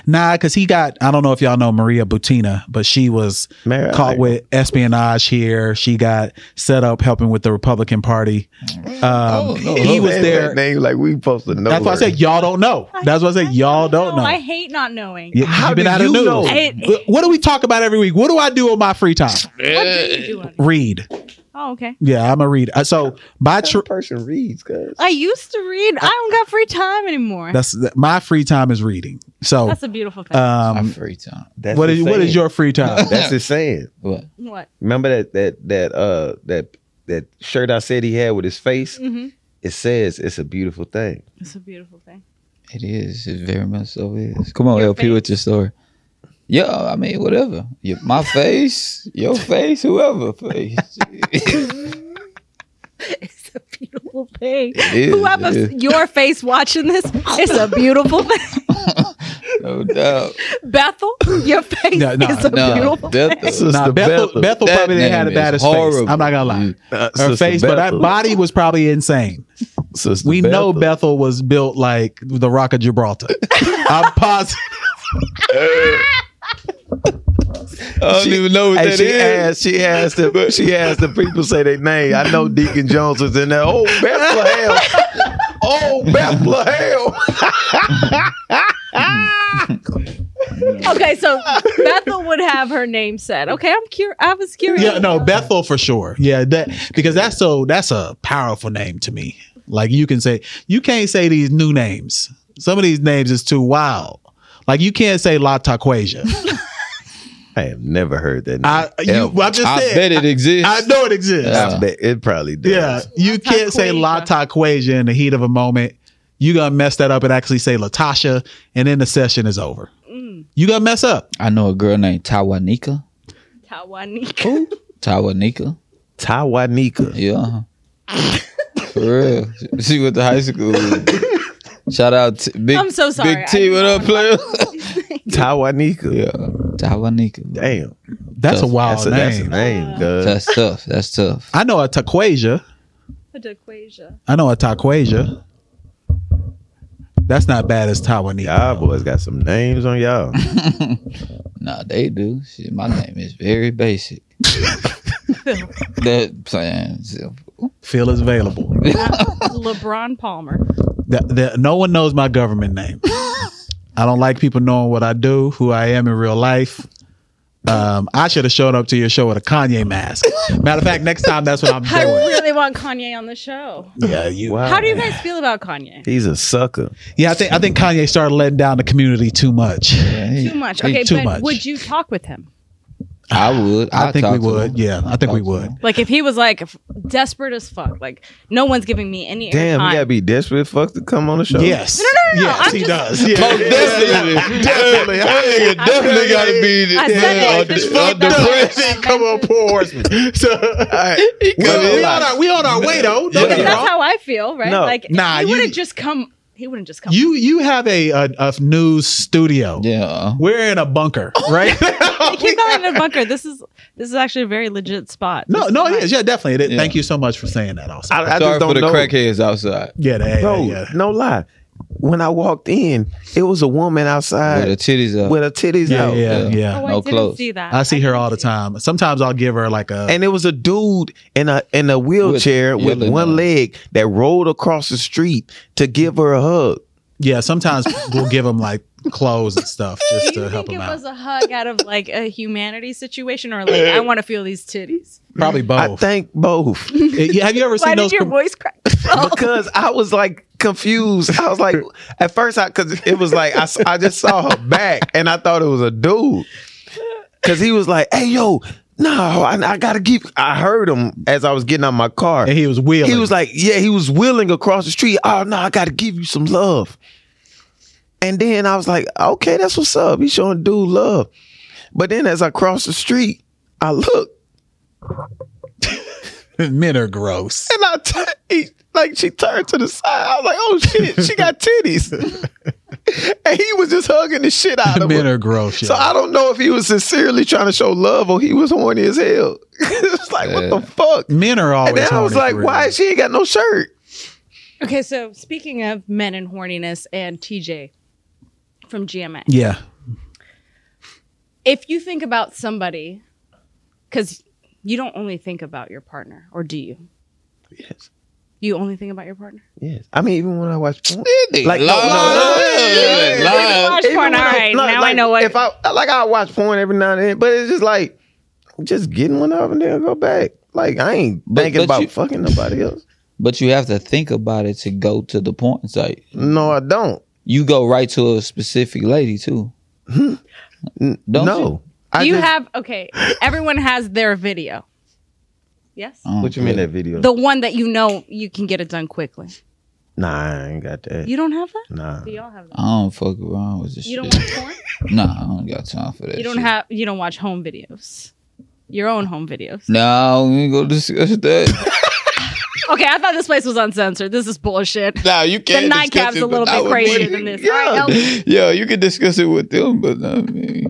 Speaker 1: Nah, because he got. I don't know if y'all know Maria Butina, but she was
Speaker 3: Mary, I
Speaker 1: caught
Speaker 3: like
Speaker 1: with espionage here. She got set up helping with the Republican Party. Um,
Speaker 2: Oh, no,
Speaker 1: he was
Speaker 3: That
Speaker 1: there.
Speaker 3: Name, like we supposed to know.
Speaker 1: That's why I
Speaker 3: her.
Speaker 1: said y'all don't know. That's why I said y'all don't know.
Speaker 4: I hate not knowing.
Speaker 1: Yeah,
Speaker 3: How
Speaker 1: you been
Speaker 3: do
Speaker 1: out of
Speaker 3: you
Speaker 1: news.
Speaker 3: know?
Speaker 4: I-
Speaker 1: what do we talk about every week? What do I do on my free time?
Speaker 4: What do you do? on-
Speaker 1: Read.
Speaker 4: Oh, okay.
Speaker 1: Yeah, I'm a reader. Uh, So my tr-
Speaker 3: person reads, cuz.
Speaker 4: I used to read. I don't got free time anymore. That's,
Speaker 1: that's my free time is reading. So
Speaker 4: a beautiful thing.
Speaker 2: My
Speaker 1: um,
Speaker 2: free time.
Speaker 3: That's
Speaker 1: what
Speaker 3: his
Speaker 1: is what
Speaker 3: saying.
Speaker 1: is your free time?
Speaker 3: That's his saying.
Speaker 2: What?
Speaker 4: what?
Speaker 3: Remember that that that uh that that shirt I said he had with his face.
Speaker 4: Mm-hmm.
Speaker 3: It says it's a beautiful thing.
Speaker 4: It's a beautiful thing.
Speaker 2: It is. It very much so is. Come on, LP,
Speaker 4: face.
Speaker 2: with your story. Yeah, I mean, whatever. Your, my face, your face, whoever face.
Speaker 4: It's a beautiful thing.
Speaker 2: is,
Speaker 4: Whoever's
Speaker 2: it
Speaker 4: your face watching this, it's a beautiful thing.
Speaker 2: no doubt.
Speaker 4: Bethel, your face
Speaker 1: No, no,
Speaker 4: is a
Speaker 2: no,
Speaker 4: beautiful
Speaker 2: Bethel.
Speaker 4: thing.
Speaker 3: Sister
Speaker 1: Nah, Bethel,
Speaker 3: Bethel.
Speaker 1: Bethel, probably
Speaker 2: name
Speaker 1: didn't have the
Speaker 2: is
Speaker 1: baddest face.
Speaker 2: horrible.
Speaker 1: I'm not gonna lie.
Speaker 3: Uh,
Speaker 1: Her
Speaker 3: Sister
Speaker 1: face, but that
Speaker 3: Bethel.
Speaker 1: body was probably insane.
Speaker 3: Sister
Speaker 1: We know
Speaker 3: Bethel.
Speaker 1: Bethel was built like the Rock of Gibraltar. I'm positive.
Speaker 2: I don't even know what
Speaker 3: Hey,
Speaker 2: that
Speaker 3: she
Speaker 2: is.
Speaker 3: asked. She asked. The, she asked the people say their name. I know Deacon Jones was in there. Oh Bethlehem. Oh Bethlehem.
Speaker 4: Okay, so Bethel would have her name said. Okay, I'm curious. I was curious.
Speaker 1: Yeah, no, Bethel for sure. Yeah, that because that's so that's a powerful name to me. Like you can say you can't say these new names. Some of these names is too wild. Like you can't say La Taquasia.
Speaker 3: I have never heard that. Name,
Speaker 1: I you
Speaker 3: ever.
Speaker 1: I just
Speaker 2: I
Speaker 1: said
Speaker 2: bet it exists.
Speaker 1: I know it exists.
Speaker 2: Yeah.
Speaker 3: I bet it probably does.
Speaker 1: Yeah, you can't say La Taquasia in the heat of a moment. You gonna mess that up and actually say Latasha, and then the session is over. You gonna mess up.
Speaker 2: I know a girl named Tawanika.
Speaker 4: Tawanika.
Speaker 2: Tawanika.
Speaker 3: Tawanika.
Speaker 2: Yeah. For real. She went to high school. Shout out to Big
Speaker 4: I'm so sorry.
Speaker 2: Big T,
Speaker 4: I-
Speaker 2: what up, player?
Speaker 3: Tawanika.
Speaker 2: yeah. Tawanika.
Speaker 3: Damn.
Speaker 1: That's a
Speaker 2: Tough.
Speaker 1: wild
Speaker 3: That's, a,
Speaker 1: name.
Speaker 3: that's a Oh, name, cuz.
Speaker 2: That's tough. That's tough.
Speaker 1: I know a Taquasia. I know a Taquasia. That's not bad as Taiwanese.
Speaker 3: Y'all boys got some names on y'all.
Speaker 2: Nah, they do. Shit, my name is very basic. that plan.
Speaker 1: Phil is available.
Speaker 4: LeBron Palmer.
Speaker 1: The- the- no one knows my government name. I don't like people knowing what I do, who I am in real life. Um, I should have shown up to your show with a Kanye mask. Matter of fact, next time that's what I'm
Speaker 4: I
Speaker 1: doing.
Speaker 4: really want Kanye on the show.
Speaker 1: Yeah, you.
Speaker 3: Wow.
Speaker 4: How do you guys feel about Kanye?
Speaker 3: He's a sucker.
Speaker 1: Yeah, I think I think Kanye started letting down the community too much.
Speaker 4: Too much.
Speaker 1: Hey,
Speaker 4: Okay,
Speaker 1: too
Speaker 4: but
Speaker 1: much.
Speaker 4: would you talk with him?
Speaker 2: I would.
Speaker 1: I
Speaker 2: I'd
Speaker 1: think
Speaker 2: talk
Speaker 1: we
Speaker 2: to
Speaker 1: would.
Speaker 2: them.
Speaker 1: Yeah, I think we
Speaker 2: Talk to
Speaker 1: would.
Speaker 2: them.
Speaker 4: Like if he was like f- desperate as fuck, like no one's giving me any
Speaker 3: Damn,
Speaker 4: airtime.
Speaker 3: you gotta be desperate as fuck to come on the show.
Speaker 1: Yes.
Speaker 4: no, no, no,
Speaker 1: Yes,
Speaker 4: I'm
Speaker 1: he
Speaker 4: just-
Speaker 1: does. Yeah.
Speaker 2: Most definitely.
Speaker 3: Definitely.
Speaker 2: That nigga definitely gotta be
Speaker 4: I said
Speaker 2: yeah,
Speaker 4: it.
Speaker 2: on the-
Speaker 4: It's
Speaker 2: on the
Speaker 4: fucked up.
Speaker 2: press.
Speaker 3: Come on, poor horseman. So, all right.
Speaker 1: Well,
Speaker 2: Good
Speaker 1: we,
Speaker 2: life.
Speaker 1: on our, we on our way though. Don't
Speaker 4: Because
Speaker 1: get me
Speaker 4: that's
Speaker 1: wrong.
Speaker 4: how I feel, right?
Speaker 3: No.
Speaker 4: Like
Speaker 1: Nah,
Speaker 4: he
Speaker 1: you-
Speaker 4: wouldn't just come. He wouldn't just come.
Speaker 1: You you have a, a a news studio.
Speaker 2: Yeah.
Speaker 1: We're in a bunker,
Speaker 4: Oh,
Speaker 1: right?
Speaker 4: I keep calling it a bunker. This is this is actually a very legit spot.
Speaker 1: no,
Speaker 4: This
Speaker 1: no,
Speaker 4: is
Speaker 1: it is. Yeah, definitely. It is.
Speaker 2: Yeah.
Speaker 1: Thank you so much for saying that. Also,
Speaker 3: I, I
Speaker 2: Sorry
Speaker 3: just
Speaker 2: for
Speaker 3: don't
Speaker 2: the
Speaker 3: know.
Speaker 2: crackheads outside.
Speaker 1: yeah, yeah,
Speaker 3: No,
Speaker 1: yeah.
Speaker 3: no lie. When I walked in, it was a uh, woman outside
Speaker 2: With the titties up.
Speaker 3: with her titties
Speaker 1: yeah,
Speaker 3: out.
Speaker 1: yeah,
Speaker 2: yeah.
Speaker 1: yeah.
Speaker 4: Oh, I
Speaker 2: No
Speaker 4: didn't
Speaker 2: clothes.
Speaker 4: see that.
Speaker 1: I see her all the time. Sometimes I'll give her like a
Speaker 3: And it was a dude in a in a wheelchair with,
Speaker 2: yelling
Speaker 3: one
Speaker 2: at her.
Speaker 3: leg that rolled across the street to give her a hug.
Speaker 1: yeah. Sometimes we'll give them like clothes and stuff just
Speaker 4: Do
Speaker 1: to
Speaker 4: you
Speaker 1: help
Speaker 4: think it
Speaker 1: them
Speaker 4: was
Speaker 1: out.
Speaker 4: a hug out of like a humanity situation, or like I want to feel these titties?
Speaker 1: Probably
Speaker 3: I
Speaker 1: both.
Speaker 3: think both.
Speaker 1: Eh, you- have you ever
Speaker 4: Why
Speaker 1: seen
Speaker 4: did
Speaker 1: those?
Speaker 4: your
Speaker 1: com-
Speaker 4: voice crack?
Speaker 3: because I was like confused. I was like, at first, I because it was like I, s- I just saw her back and I thought it was a dude because he was like, "Hey, yo, no, I, I gotta keep." I heard him as I was getting out my car.
Speaker 1: and
Speaker 3: He,
Speaker 1: he was wheeling.
Speaker 3: was like, "Yeah, he was wheeling across the street. Oh no, I gotta give you some love." And then I was like, "Okay, that's what's up. He's showing dude love." But then as I crossed the street, I looked
Speaker 1: "Men are gross."
Speaker 3: And I, t- he, like, she turned to the side. I was like, oh shit, she got titties. and he was just hugging the shit out of
Speaker 1: Men
Speaker 3: her.
Speaker 1: are gross.
Speaker 3: So
Speaker 1: y'all.
Speaker 3: I don't know if he was sincerely trying to show love or he was horny as hell. it's like, what the fuck?
Speaker 1: Men are always.
Speaker 3: And then I was
Speaker 1: horny
Speaker 3: like,
Speaker 1: for
Speaker 3: why
Speaker 1: real.
Speaker 3: she ain't got no shirt?
Speaker 4: Okay, so speaking of men and horniness, and TJ from GMA,
Speaker 1: Yeah.
Speaker 4: if you think about somebody, because you don't only think about your partner, or do you?
Speaker 3: Yes.
Speaker 4: You only think about your partner.
Speaker 3: Yes. I mean, even when I watch porn.
Speaker 2: Like,
Speaker 3: no, no,
Speaker 4: no. Watch
Speaker 3: Even
Speaker 4: porn,
Speaker 3: when
Speaker 4: all right,
Speaker 3: no,
Speaker 4: now I
Speaker 3: like,
Speaker 4: know what-
Speaker 3: If I like, I watch porn every now and then, but it's just like just getting one up and then go back. Like I ain't
Speaker 2: But-
Speaker 3: thinking
Speaker 2: but
Speaker 3: about
Speaker 2: you-
Speaker 3: fucking nobody else.
Speaker 2: But you have to think about it to go to the porn site.
Speaker 3: No, I don't.
Speaker 2: You go right to a specific lady too. Hmm. Don't
Speaker 3: no.
Speaker 2: you?
Speaker 3: I
Speaker 4: you
Speaker 3: just-
Speaker 4: have okay. Everyone has their video. Yes,
Speaker 2: Mm,
Speaker 3: What you mean
Speaker 2: yeah.
Speaker 3: that video?
Speaker 4: the one that you know you can get it done quickly.
Speaker 3: nah, I ain't got that.
Speaker 4: You don't have that.
Speaker 3: nah.
Speaker 4: We all have that.
Speaker 2: I don't fuck around with this
Speaker 4: You don't
Speaker 2: shit.
Speaker 4: watch porn.
Speaker 2: nah, I don't got time for that.
Speaker 4: You don't
Speaker 2: shit.
Speaker 4: have. You don't watch home videos. Your own home videos.
Speaker 2: No, we ain't gonna discuss that.
Speaker 4: Okay, I thought this place was uncensored. This is bullshit.
Speaker 2: nah, you
Speaker 4: The
Speaker 2: can't. discuss
Speaker 4: nightcap's
Speaker 2: it,
Speaker 4: a little
Speaker 2: but not
Speaker 4: bit
Speaker 2: with
Speaker 4: crazier
Speaker 2: me.
Speaker 4: than this.
Speaker 3: Yeah.
Speaker 4: All right, Elton.
Speaker 2: Yeah, you can discuss it with them, but not me.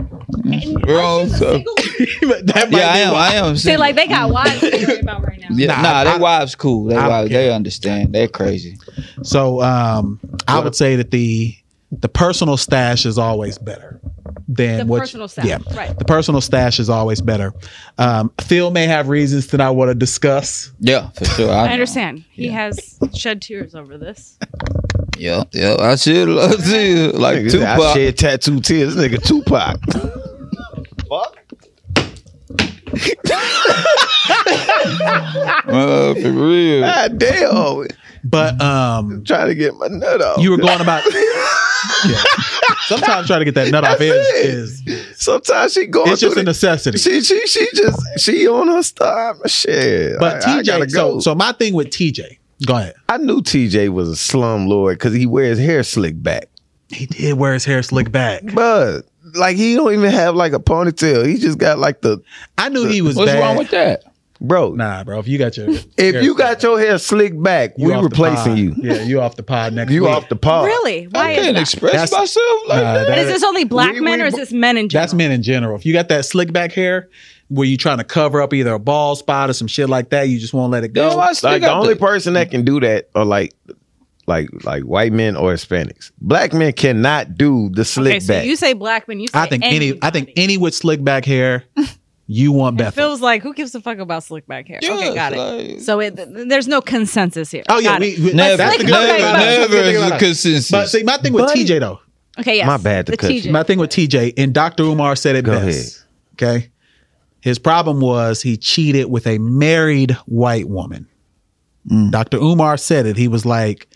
Speaker 2: We're on so.
Speaker 1: That might
Speaker 2: Yeah, I
Speaker 1: be
Speaker 2: am.
Speaker 1: why.
Speaker 2: I am.
Speaker 4: See,
Speaker 2: single.
Speaker 4: like they got wives to worry about right now.
Speaker 2: Yeah,
Speaker 1: Nah,
Speaker 2: nah,
Speaker 1: I-
Speaker 2: they
Speaker 1: I-
Speaker 2: wives cool. They
Speaker 1: I don't
Speaker 2: wives,
Speaker 1: care.
Speaker 2: they understand. They're crazy.
Speaker 1: So um, I would say that the the personal stash is always better than
Speaker 4: The
Speaker 1: what
Speaker 4: personal stash, right.
Speaker 1: The personal stash is always better. Um, Phil may have reasons that I want to discuss.
Speaker 2: Yeah, for sure.
Speaker 4: I understand. He
Speaker 2: Yeah.
Speaker 4: has shed tears over this.
Speaker 2: Yeah, yeah. I should love to you. like
Speaker 3: Nigga, I
Speaker 2: Tupac.
Speaker 3: shed tattoo tears. This nigga Tupac. Fuck.
Speaker 2: Uh, for real.
Speaker 3: God damn.
Speaker 1: But um,
Speaker 3: Trying to get my nut off.
Speaker 1: you were going about. Yeah. Sometimes trying to get that nut off is,
Speaker 3: it.
Speaker 1: is
Speaker 3: Sometimes she going
Speaker 1: it's just
Speaker 3: through
Speaker 1: a necessity.
Speaker 3: She she she just she on her stuff. Shit.
Speaker 1: but
Speaker 3: I, I
Speaker 1: TJ,
Speaker 3: gotta
Speaker 1: so
Speaker 3: go.
Speaker 1: so my thing with TJ, go ahead.
Speaker 3: I knew TJ was a slum lord because he wears hair slick back.
Speaker 1: He did wear his hair slicked back.
Speaker 3: But like he don't even have like a ponytail. He just got like the
Speaker 1: I knew he was
Speaker 2: What's
Speaker 1: bad.
Speaker 2: wrong with that?
Speaker 3: bro.
Speaker 1: Nah, bro. If you got your
Speaker 3: if
Speaker 1: hair
Speaker 3: you got your hair slicked back,
Speaker 1: you
Speaker 3: we
Speaker 1: off the
Speaker 3: replacing
Speaker 1: pod.
Speaker 3: you.
Speaker 1: Yeah, you off the pod next.
Speaker 3: You
Speaker 1: week.
Speaker 3: off the pod.
Speaker 5: Really? Why
Speaker 2: I
Speaker 5: is
Speaker 2: can't
Speaker 5: that?
Speaker 2: express
Speaker 1: That's-
Speaker 2: myself like
Speaker 1: Nah,
Speaker 2: that.
Speaker 1: that-
Speaker 5: But is this only black
Speaker 3: We-
Speaker 5: men
Speaker 3: we-
Speaker 5: or is this men in general?
Speaker 1: That's men in general. If you got that slick back hair, where you trying to cover up either a bald spot or some shit like that, you just won't let it go.
Speaker 2: Damn, I still
Speaker 3: Like the
Speaker 2: got
Speaker 3: only
Speaker 2: the-
Speaker 3: person that can do that are like like like white men or Hispanics. Black men cannot do the slick
Speaker 5: Okay, so
Speaker 3: back.
Speaker 5: you say black men. You say
Speaker 1: I think any, I think
Speaker 5: anybody.
Speaker 1: any with slick back hair, you want
Speaker 5: It
Speaker 1: Bethel.
Speaker 5: feels like who gives a fuck about slick back hair? okay,
Speaker 2: Yes,
Speaker 5: got it.
Speaker 2: like-
Speaker 5: so it, th- there's no consensus here.
Speaker 1: oh yeah,
Speaker 5: Got
Speaker 1: we,
Speaker 5: it.
Speaker 1: we-
Speaker 2: Never,
Speaker 1: that's the good
Speaker 2: never,
Speaker 1: thing about it. That's the
Speaker 2: never
Speaker 1: good thing
Speaker 2: is
Speaker 1: about
Speaker 2: a
Speaker 1: it.
Speaker 2: consistency.
Speaker 1: But see, my thing with
Speaker 3: Buddy.
Speaker 1: TJ though,
Speaker 5: okay. Yes.
Speaker 3: My bad to
Speaker 5: The
Speaker 3: cut you.
Speaker 5: TJ.
Speaker 1: my thing with TJ and Dr. Umar said it
Speaker 3: Go
Speaker 1: best. Okay, his problem was he cheated with a married white woman.
Speaker 3: Mm.
Speaker 1: Dr. Umar said it. He was like,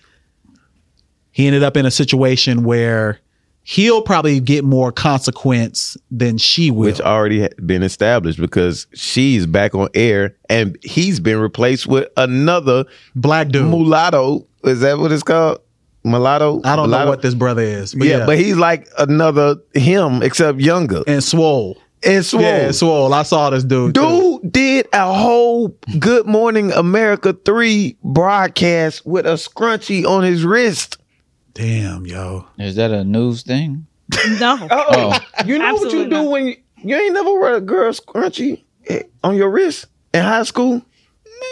Speaker 1: he ended up in a situation where he'll probably get more consequence than she will.
Speaker 3: which already had been established because she's back on air and he's been replaced with another
Speaker 1: Black dude.
Speaker 3: mulatto. Is that what it's called? Mulatto?
Speaker 1: I don't know
Speaker 3: Mulatto?
Speaker 1: what this brother is. But
Speaker 3: yeah,
Speaker 1: yeah,
Speaker 3: but he's like another him, except younger.
Speaker 1: and swole.
Speaker 3: And swole.
Speaker 1: Yeah, and swole. I saw this dude. too.
Speaker 3: Dude did a whole Good Morning America 3 broadcast with a scrunchie on his wrist.
Speaker 1: Damn, yo.
Speaker 2: Is that a news thing?
Speaker 5: no.
Speaker 2: Oh,
Speaker 3: You know what you
Speaker 5: Absolutely
Speaker 3: do
Speaker 5: not.
Speaker 3: when you, you ain't never wear a girl scrunchie eh, on your wrist in high school?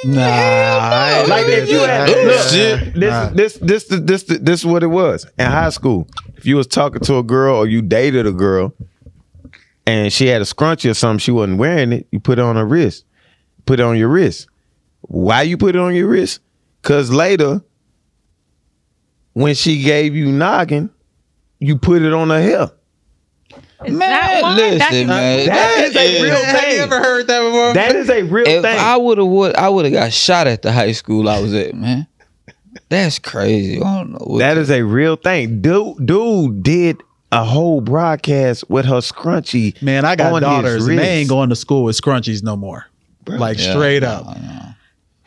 Speaker 1: Nah. I ain't
Speaker 3: Like
Speaker 1: did
Speaker 3: if you
Speaker 1: that.
Speaker 3: had
Speaker 2: Oh,
Speaker 3: look,
Speaker 2: shit.
Speaker 3: This, this this this this this is what it was in high school. If you was talking to a girl or you dated a girl, and she had a scrunchie or something, she wasn't wearing it. You put it on her wrist. Put it on your wrist. Why you put it on your wrist? Cause later, when she gave you noggin, you put it on her hair.
Speaker 5: Is that
Speaker 2: man,
Speaker 5: why? That
Speaker 2: listen,
Speaker 5: can-
Speaker 2: man.
Speaker 3: That is a real
Speaker 1: Have you
Speaker 3: thing.
Speaker 1: ever heard that before?
Speaker 3: That is a real
Speaker 2: If
Speaker 3: thing.
Speaker 2: I would have would I would have got shot at the high school I was at, man. That's crazy. I don't know. What
Speaker 3: That is a real thing. Dude, dude did a whole broadcast with her scrunchie.
Speaker 1: Man, I
Speaker 3: on
Speaker 1: got
Speaker 3: his
Speaker 1: daughters and
Speaker 3: wrist.
Speaker 1: they ain't going to school with scrunchies no more. Like
Speaker 2: Yeah,
Speaker 1: straight
Speaker 2: no,
Speaker 1: up.
Speaker 2: no.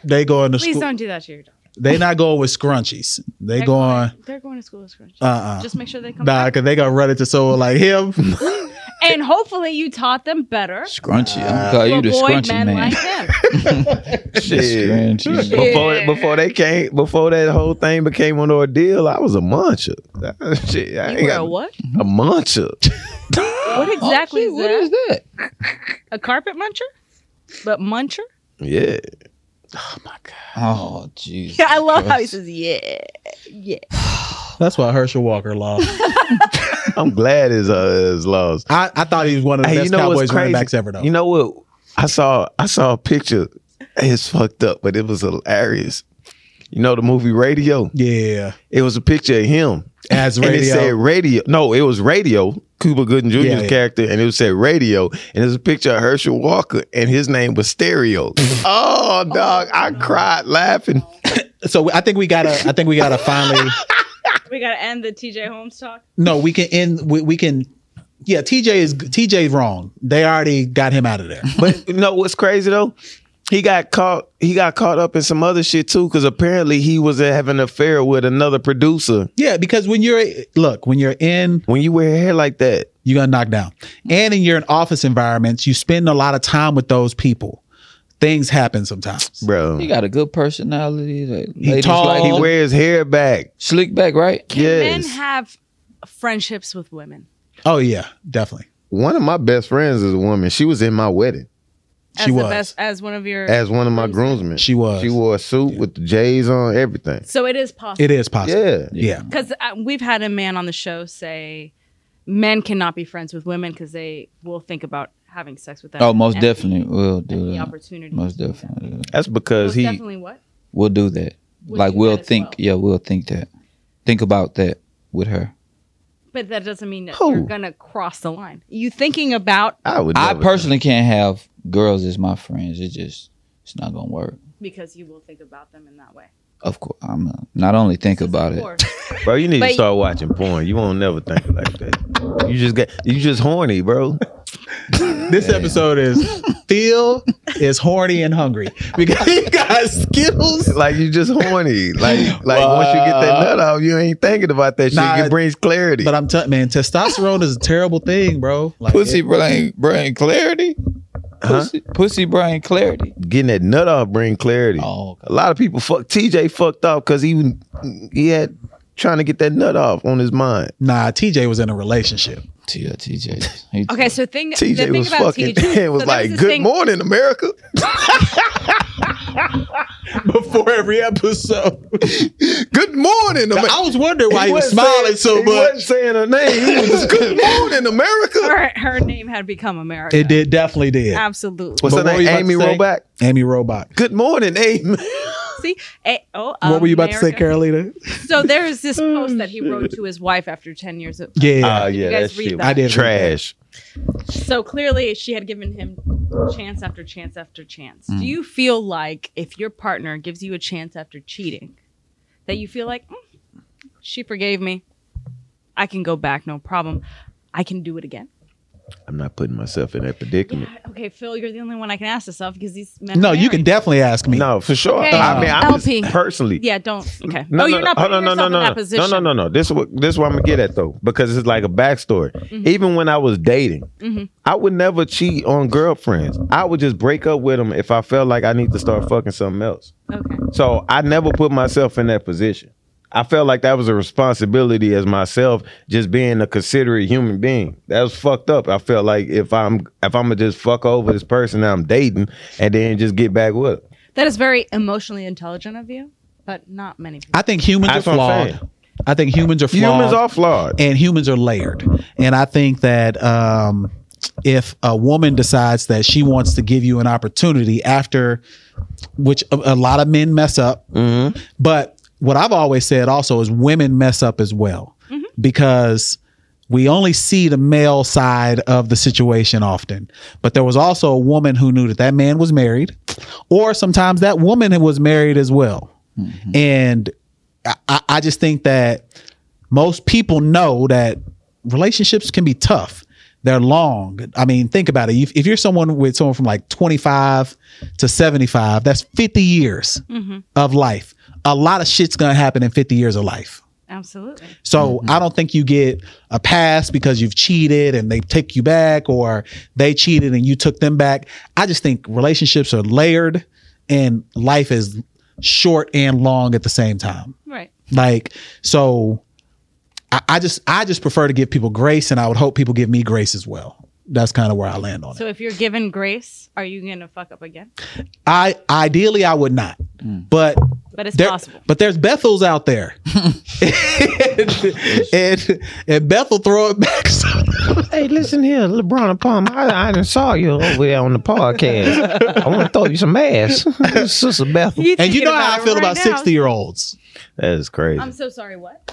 Speaker 1: They going to
Speaker 5: Please
Speaker 1: school.
Speaker 5: don't do that to your daughter.
Speaker 1: They not going with scrunchies. They
Speaker 5: They're
Speaker 1: going
Speaker 5: They're going to school with scrunchies.
Speaker 1: uh uh
Speaker 5: Just make sure they come
Speaker 1: Nah,
Speaker 5: back.
Speaker 1: cause they gonna run into someone like him.
Speaker 5: And hopefully you taught them better.
Speaker 2: Scrunchy. I'm gonna call
Speaker 5: to
Speaker 2: you the
Speaker 5: avoid
Speaker 2: scrunchy
Speaker 5: men
Speaker 2: man.
Speaker 5: like them.
Speaker 2: The scrunchy man.
Speaker 3: Before before they came, before that whole thing became an ordeal, I was a muncher. Shit, I ain't
Speaker 5: You were
Speaker 3: got-
Speaker 5: a what?
Speaker 3: A muncher.
Speaker 5: What exactly is
Speaker 2: Shit, Oh, what
Speaker 5: that?
Speaker 2: is that?
Speaker 5: a carpet muncher? But muncher?
Speaker 3: Yeah.
Speaker 2: Oh, jeez.
Speaker 5: I love how he
Speaker 2: Christ.
Speaker 5: says, yeah, yeah.
Speaker 1: That's why Herschel Walker lost.
Speaker 3: I'm glad it's, uh, it's lost.
Speaker 1: I, I thought he was one of the
Speaker 3: Hey,
Speaker 1: best
Speaker 3: you know what's
Speaker 1: Cowboys running
Speaker 3: crazy?
Speaker 1: backs ever though.
Speaker 3: You know what? I saw I saw a picture. It's fucked up, but it was hilarious. You know the movie Radio?
Speaker 1: yeah.
Speaker 3: It was a picture of him
Speaker 1: As
Speaker 3: And it
Speaker 1: radio.
Speaker 3: said radio. No, it was radio. Cuba Gooden Jr.'s
Speaker 1: Yeah, yeah.
Speaker 3: character, and it said radio. And it was a picture of Herschel Walker, and his name was Stereo. oh, dog, I cried laughing.
Speaker 1: so I think we gotta I think we gotta finally
Speaker 5: We got to end the TJ Holmes talk.
Speaker 1: No, we can end we, we can yeah, TJ is TJ's wrong. They already got him out of there.
Speaker 3: But you know what's crazy though? He got caught. He got caught up in some other shit too, because apparently he was having an affair with another producer.
Speaker 1: Yeah, because when you're look, when you're in
Speaker 3: When you wear hair like that,
Speaker 1: you're gonna knock down. And in your office environments, you spend a lot of time with those people. Things happen sometimes.
Speaker 3: bro,
Speaker 2: He got a good personality. Like, ladies
Speaker 1: tall.
Speaker 2: like
Speaker 3: he
Speaker 2: him.
Speaker 3: wears hair back.
Speaker 2: slick back, right?
Speaker 5: Can men
Speaker 3: Yes.
Speaker 5: have friendships with women?
Speaker 1: Oh yeah, definitely.
Speaker 3: One of my best friends is a woman. She was in my wedding
Speaker 5: As
Speaker 1: She
Speaker 5: the
Speaker 1: was.
Speaker 5: best, as one of your.
Speaker 3: as one of my groomsmen.
Speaker 1: She was.
Speaker 3: She wore a suit with the J's on, everything.
Speaker 5: so it is possible.
Speaker 1: It is possible.
Speaker 3: Yeah.
Speaker 1: Yeah.
Speaker 5: Because uh, we've had a man on the show say men cannot be friends with women because they will think about having sex with them.
Speaker 2: Oh, most
Speaker 5: and-
Speaker 2: definitely we'll
Speaker 5: and
Speaker 2: do
Speaker 5: The
Speaker 2: that.
Speaker 5: opportunity.
Speaker 2: Most definitely,
Speaker 3: That's because
Speaker 5: Most
Speaker 3: he
Speaker 5: definitely what?
Speaker 2: we'll do that.
Speaker 5: We'll
Speaker 2: like
Speaker 5: do
Speaker 2: we'll
Speaker 5: that as
Speaker 2: think,
Speaker 5: well.
Speaker 2: yeah, we'll think that. Think about that with her.
Speaker 5: But that doesn't mean that
Speaker 3: Who?
Speaker 5: you're going to cross the line. You thinking about
Speaker 3: I would.
Speaker 2: I
Speaker 3: never-
Speaker 2: personally can't have girls as my friends. It just it's not gonna work.
Speaker 5: because you will think about them in that way.
Speaker 2: Of course, I'm uh, not only think about
Speaker 5: Of
Speaker 2: it.
Speaker 5: course.
Speaker 3: bro. You need to
Speaker 5: But-
Speaker 3: start watching porn. You won't never think like that. You just get. You just horny, bro.
Speaker 1: This episode is Phil is horny and hungry because he got skills.
Speaker 3: Like you just horny. Like like once you get that nut off, you ain't thinking about that shit.
Speaker 1: Nah,
Speaker 3: it brings clarity.
Speaker 1: But I'm telling man, testosterone is a terrible thing, bro. Like,
Speaker 2: Pussy bring bring clarity. Pussy, pussy Brian Clarity.
Speaker 3: Getting that nut off bring clarity.
Speaker 2: Oh, okay.
Speaker 3: A lot of people fuck TJ fucked up because he he had trying to get that nut off on his mind.
Speaker 1: Nah, TJ was in a relationship.
Speaker 2: T- uh, TJ. He-
Speaker 4: Okay, so think the
Speaker 3: TJ
Speaker 4: thing
Speaker 3: was
Speaker 4: about
Speaker 3: fucking
Speaker 4: TJ
Speaker 3: and was
Speaker 4: so there
Speaker 3: like,
Speaker 4: this
Speaker 3: "Good
Speaker 4: thing-
Speaker 3: morning, America."
Speaker 1: Before every episode,
Speaker 3: Good morning, America.
Speaker 1: I was wondering why he, was
Speaker 3: wasn't
Speaker 1: smiling
Speaker 3: saying-
Speaker 1: so
Speaker 3: he wasn't
Speaker 1: much.
Speaker 3: saying her name. He was just, Good morning, America.
Speaker 4: Her, her name had become America.
Speaker 1: It did definitely did.
Speaker 4: Uh, Absolutely.
Speaker 3: What's her
Speaker 1: But what were
Speaker 3: name?
Speaker 1: you about
Speaker 3: Amy
Speaker 1: to say?
Speaker 3: Roback.
Speaker 1: Amy Robot.
Speaker 3: Good morning, Amy.
Speaker 4: Oh, See, A- oh,
Speaker 1: what were you about to say,
Speaker 4: America.
Speaker 1: Carolina?
Speaker 4: So there is this post that he wrote to his wife after ten years of.
Speaker 1: Yeah,
Speaker 4: you guys read that?
Speaker 1: I did read
Speaker 3: Trash.
Speaker 4: So clearly, she had given him chance after chance after chance.
Speaker 1: Mm.
Speaker 4: Do you feel like if your partner gives you a chance after cheating, that you feel like "Mm, she forgave me, I can go back, no problem, I can do it again?
Speaker 3: I'm not putting myself in that predicament.
Speaker 4: Okay, Phil, you're the only one I can ask this of because these men. are
Speaker 1: no, you
Speaker 4: married.
Speaker 1: can definitely ask me.
Speaker 3: No, for sure.
Speaker 4: Okay.
Speaker 3: I mean, I'm just
Speaker 4: LP.
Speaker 3: personally.
Speaker 4: Yeah, don't. Okay.
Speaker 3: No, no,
Speaker 4: oh, you're not
Speaker 3: no,
Speaker 4: putting
Speaker 3: no, no,
Speaker 4: yourself
Speaker 3: no,
Speaker 4: in
Speaker 3: no,
Speaker 4: that
Speaker 3: no.
Speaker 4: position.
Speaker 3: No, no, no, no. This is what this is what I'm gonna get at though, because it's like a backstory.
Speaker 4: Mm-hmm.
Speaker 3: Even when I was dating, I would never cheat on girlfriends. I would just break up with them if I felt like I need to start fucking something else.
Speaker 4: Okay.
Speaker 3: So I never put myself in that position. I felt like that was a responsibility as myself, just being a considerate human being. That was fucked up. I felt like if I'm if I'm gonna just fuck over this person that I'm dating and then just get back with her.
Speaker 4: That is very emotionally intelligent of you, but not many people.
Speaker 1: I think humans
Speaker 3: That's
Speaker 1: are
Speaker 3: what I'm
Speaker 1: flawed. I think humans are flawed.
Speaker 3: Humans are flawed.
Speaker 1: and humans are layered. And I think that um, if a woman decides that she wants to give you an opportunity after, which a, a lot of men mess up, but what I've always said also is women mess up as well because we only see the male side of the situation often. But there was also a woman who knew that that man was married, or sometimes that woman was married as well. And I- I, I just think that most people know that relationships can be tough. They're long. I mean, think about it. If, if you're someone with someone from like 25 to 75, that's 50 years of life. A lot of shit's gonna happen in 50 years of life.
Speaker 4: Absolutely.
Speaker 1: So I don't think you get a pass because you've cheated and they take you back or they cheated and you took them back. I just think relationships are layered and life is short and long at the same time.
Speaker 4: Right.
Speaker 1: Like, so I, I just I just prefer to give people grace and I would hope people give me grace as well. That's kind of where I land on it.
Speaker 4: So if you're given grace, are you going to fuck up again?
Speaker 1: I ideally I would not. But
Speaker 4: But it's
Speaker 1: there-
Speaker 4: possible.
Speaker 1: But there's Bethels out there. and, and, and Bethel throw it back. So
Speaker 3: Hey, listen here, LeBron and Palm. I, I done saw you over there on the podcast. I want to throw you some ass, Sister Bethel.
Speaker 1: and you know how I feel about 60 year olds.
Speaker 3: That is crazy.
Speaker 4: I'm so sorry. What?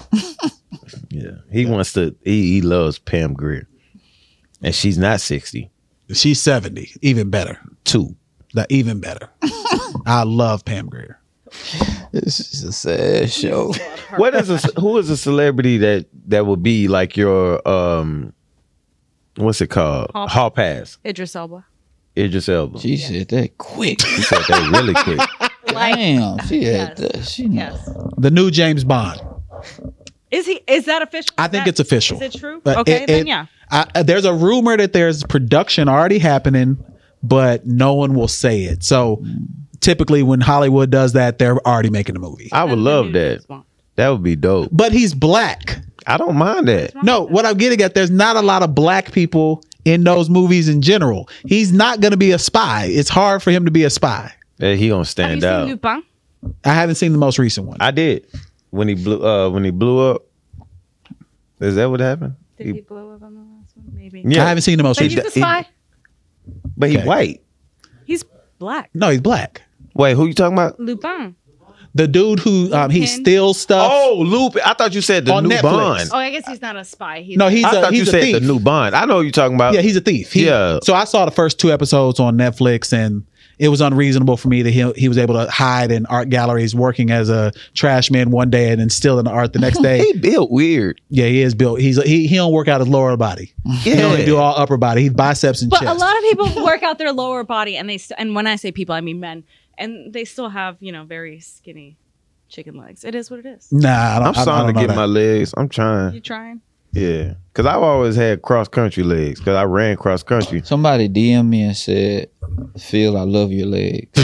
Speaker 3: yeah, he wants to. He, he loves Pam Greer, and she's not sixty
Speaker 1: She's 70, even better.
Speaker 3: two.
Speaker 1: That even better. I love Pam Greer.
Speaker 2: This is a sad show.
Speaker 3: What is a who is a celebrity that that would be like your um, what's it called?
Speaker 4: Hall
Speaker 3: Hall,
Speaker 4: pass.
Speaker 3: pass.
Speaker 4: Idris Elba.
Speaker 3: Idris Elba.
Speaker 2: She said that quick.
Speaker 3: He said that really quick.
Speaker 2: Damn, she had
Speaker 4: Yes.
Speaker 2: that. She know.
Speaker 4: Yes.
Speaker 1: The new James Bond.
Speaker 4: Is he? Is that official?
Speaker 1: I
Speaker 4: Is
Speaker 1: think
Speaker 4: that-
Speaker 1: it's official.
Speaker 4: Is it true?
Speaker 1: But
Speaker 4: okay,
Speaker 1: it-
Speaker 4: then
Speaker 1: it-
Speaker 4: yeah.
Speaker 1: I, uh, there's a rumor that there's production already happening, but no one will say it. So typically, when Hollywood does that, they're already making a movie.
Speaker 3: I would love that. That would be dope.
Speaker 1: But he's black.
Speaker 3: I don't mind that.
Speaker 1: No, what I'm getting at, there's not a lot of black people in those movies in general. He's not going to be a spy. It's hard for him to be a spy.
Speaker 3: That he gonna
Speaker 4: Have you
Speaker 3: stand
Speaker 1: uh,
Speaker 4: seen
Speaker 3: out.
Speaker 4: Lupin?
Speaker 1: I haven't seen the most recent one.
Speaker 3: I did when he blew uh when he blew up. Is that what happened?
Speaker 4: Did
Speaker 3: He-
Speaker 4: he blow up on the last one? Maybe.
Speaker 1: I haven't seen the most
Speaker 4: But he's
Speaker 1: recent.
Speaker 4: a spy.
Speaker 3: but he
Speaker 1: Okay.
Speaker 3: white.
Speaker 4: He's black.
Speaker 1: No, he's black.
Speaker 3: Wait, who you talking about?
Speaker 4: Lupin.
Speaker 1: The dude who um, he
Speaker 4: Lupin.
Speaker 1: steals stuff.
Speaker 3: Oh, Lupin. I thought you said the
Speaker 1: On
Speaker 3: new
Speaker 1: Netflix.
Speaker 3: Bond.
Speaker 4: Oh, I guess he's not a spy. He's
Speaker 1: no, he's
Speaker 3: I
Speaker 1: a
Speaker 3: thought you
Speaker 1: he's a
Speaker 3: said
Speaker 1: thief.
Speaker 3: the new Bond. I know what you talking about.
Speaker 1: Yeah, he's a thief. He-
Speaker 3: Uh, Yeah.
Speaker 1: So I saw the first two episodes on Netflix, and it was unreasonable for me that he he was able to hide in art galleries, working as a trash man one day, and then stealing the art the next day.
Speaker 3: he built weird.
Speaker 1: yeah, he is built. He's he he don't work out his lower body. He only do all upper body. He biceps and
Speaker 4: But
Speaker 1: chest.
Speaker 4: a lot of people work out their lower body, and they st- and when I say people, I mean men, and they still have you know very skinny chicken legs. It is what it is.
Speaker 1: nah, I don't,
Speaker 4: Mm.
Speaker 3: I'm
Speaker 1: I don't- I
Speaker 3: starting
Speaker 1: don't
Speaker 3: to get
Speaker 1: know
Speaker 3: my legs. I'm trying.
Speaker 4: You trying?
Speaker 3: Yeah, because I've always had cross country legs because I ran cross country.
Speaker 2: Somebody DM me and said, "Phil, I love your legs."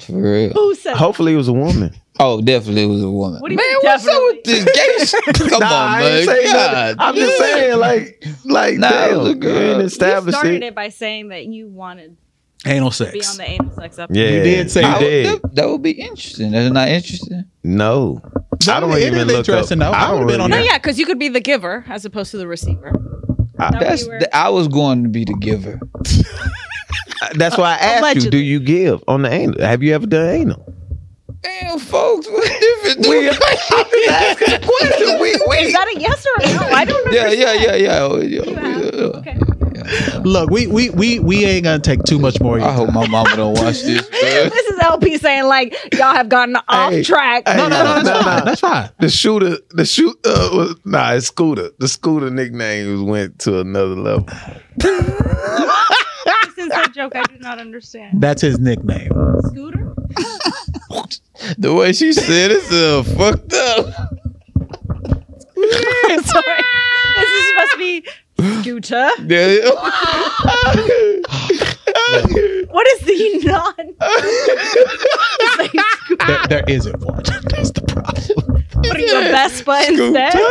Speaker 2: For real.
Speaker 4: Who said?
Speaker 3: Hopefully, it was a woman.
Speaker 2: Oh, definitely it was a woman.
Speaker 4: What do you
Speaker 2: man,
Speaker 4: mean,
Speaker 2: what's up with this gay shit? Come
Speaker 3: Nah,
Speaker 2: on,
Speaker 3: I ain't
Speaker 2: man.
Speaker 3: saying
Speaker 2: God,
Speaker 3: nothing. I'm just
Speaker 2: damn.
Speaker 3: saying, like, like
Speaker 2: Nah, it was
Speaker 3: damn,
Speaker 2: a
Speaker 3: you ain't
Speaker 2: girl.
Speaker 4: You
Speaker 3: established
Speaker 4: started
Speaker 3: it.
Speaker 4: it by saying that you wanted
Speaker 1: Anal
Speaker 4: to be on
Speaker 1: sex.
Speaker 4: the anal sex episode.
Speaker 3: Yeah,
Speaker 1: You did say
Speaker 3: you
Speaker 1: that.
Speaker 2: I
Speaker 3: did.
Speaker 2: would- that, that would be interesting. That's not interesting.
Speaker 3: No, I don't
Speaker 1: It is
Speaker 3: even look up.
Speaker 1: interesting, though. I
Speaker 3: I don't
Speaker 1: would've been on
Speaker 4: No,
Speaker 3: really-
Speaker 1: there.
Speaker 4: yeah, because you could be the giver as opposed to the receiver.
Speaker 3: I-
Speaker 4: we
Speaker 2: That's
Speaker 4: were-
Speaker 2: th- I was going to be the giver.
Speaker 3: That's why I asked you, do you give on the anal? Have you ever done anal?
Speaker 2: Damn, folks, what different?
Speaker 3: We- I'm just asking a question. We,
Speaker 4: Is
Speaker 3: we.
Speaker 4: that a yes or a no? I don't know.
Speaker 2: yeah, yeah, yeah, yeah. Oh, yeah, yeah.
Speaker 4: Okay.
Speaker 1: Look, we we we we ain't gonna take too much more. of your
Speaker 2: I hope my mama don't watch this. man.
Speaker 4: This is LP saying like y'all have gotten off
Speaker 3: Hey,
Speaker 4: track.
Speaker 3: hey,
Speaker 1: No, no, no, that's
Speaker 3: No, no.
Speaker 1: fine. That's fine.
Speaker 3: The shooter, the shoot, uh, was, nah, it's Scooter. The Scooter nickname was- went to another level.
Speaker 4: This is a joke I do not understand.
Speaker 1: That's his nickname.
Speaker 4: Scooter?
Speaker 2: the way she said it's uh, fucked up.
Speaker 4: Sorry. This is supposed to be Scooter.
Speaker 2: Yeah, yeah.
Speaker 4: What is the non?
Speaker 1: There, there isn't one. That's the problem.
Speaker 4: What are you a Vespa instead?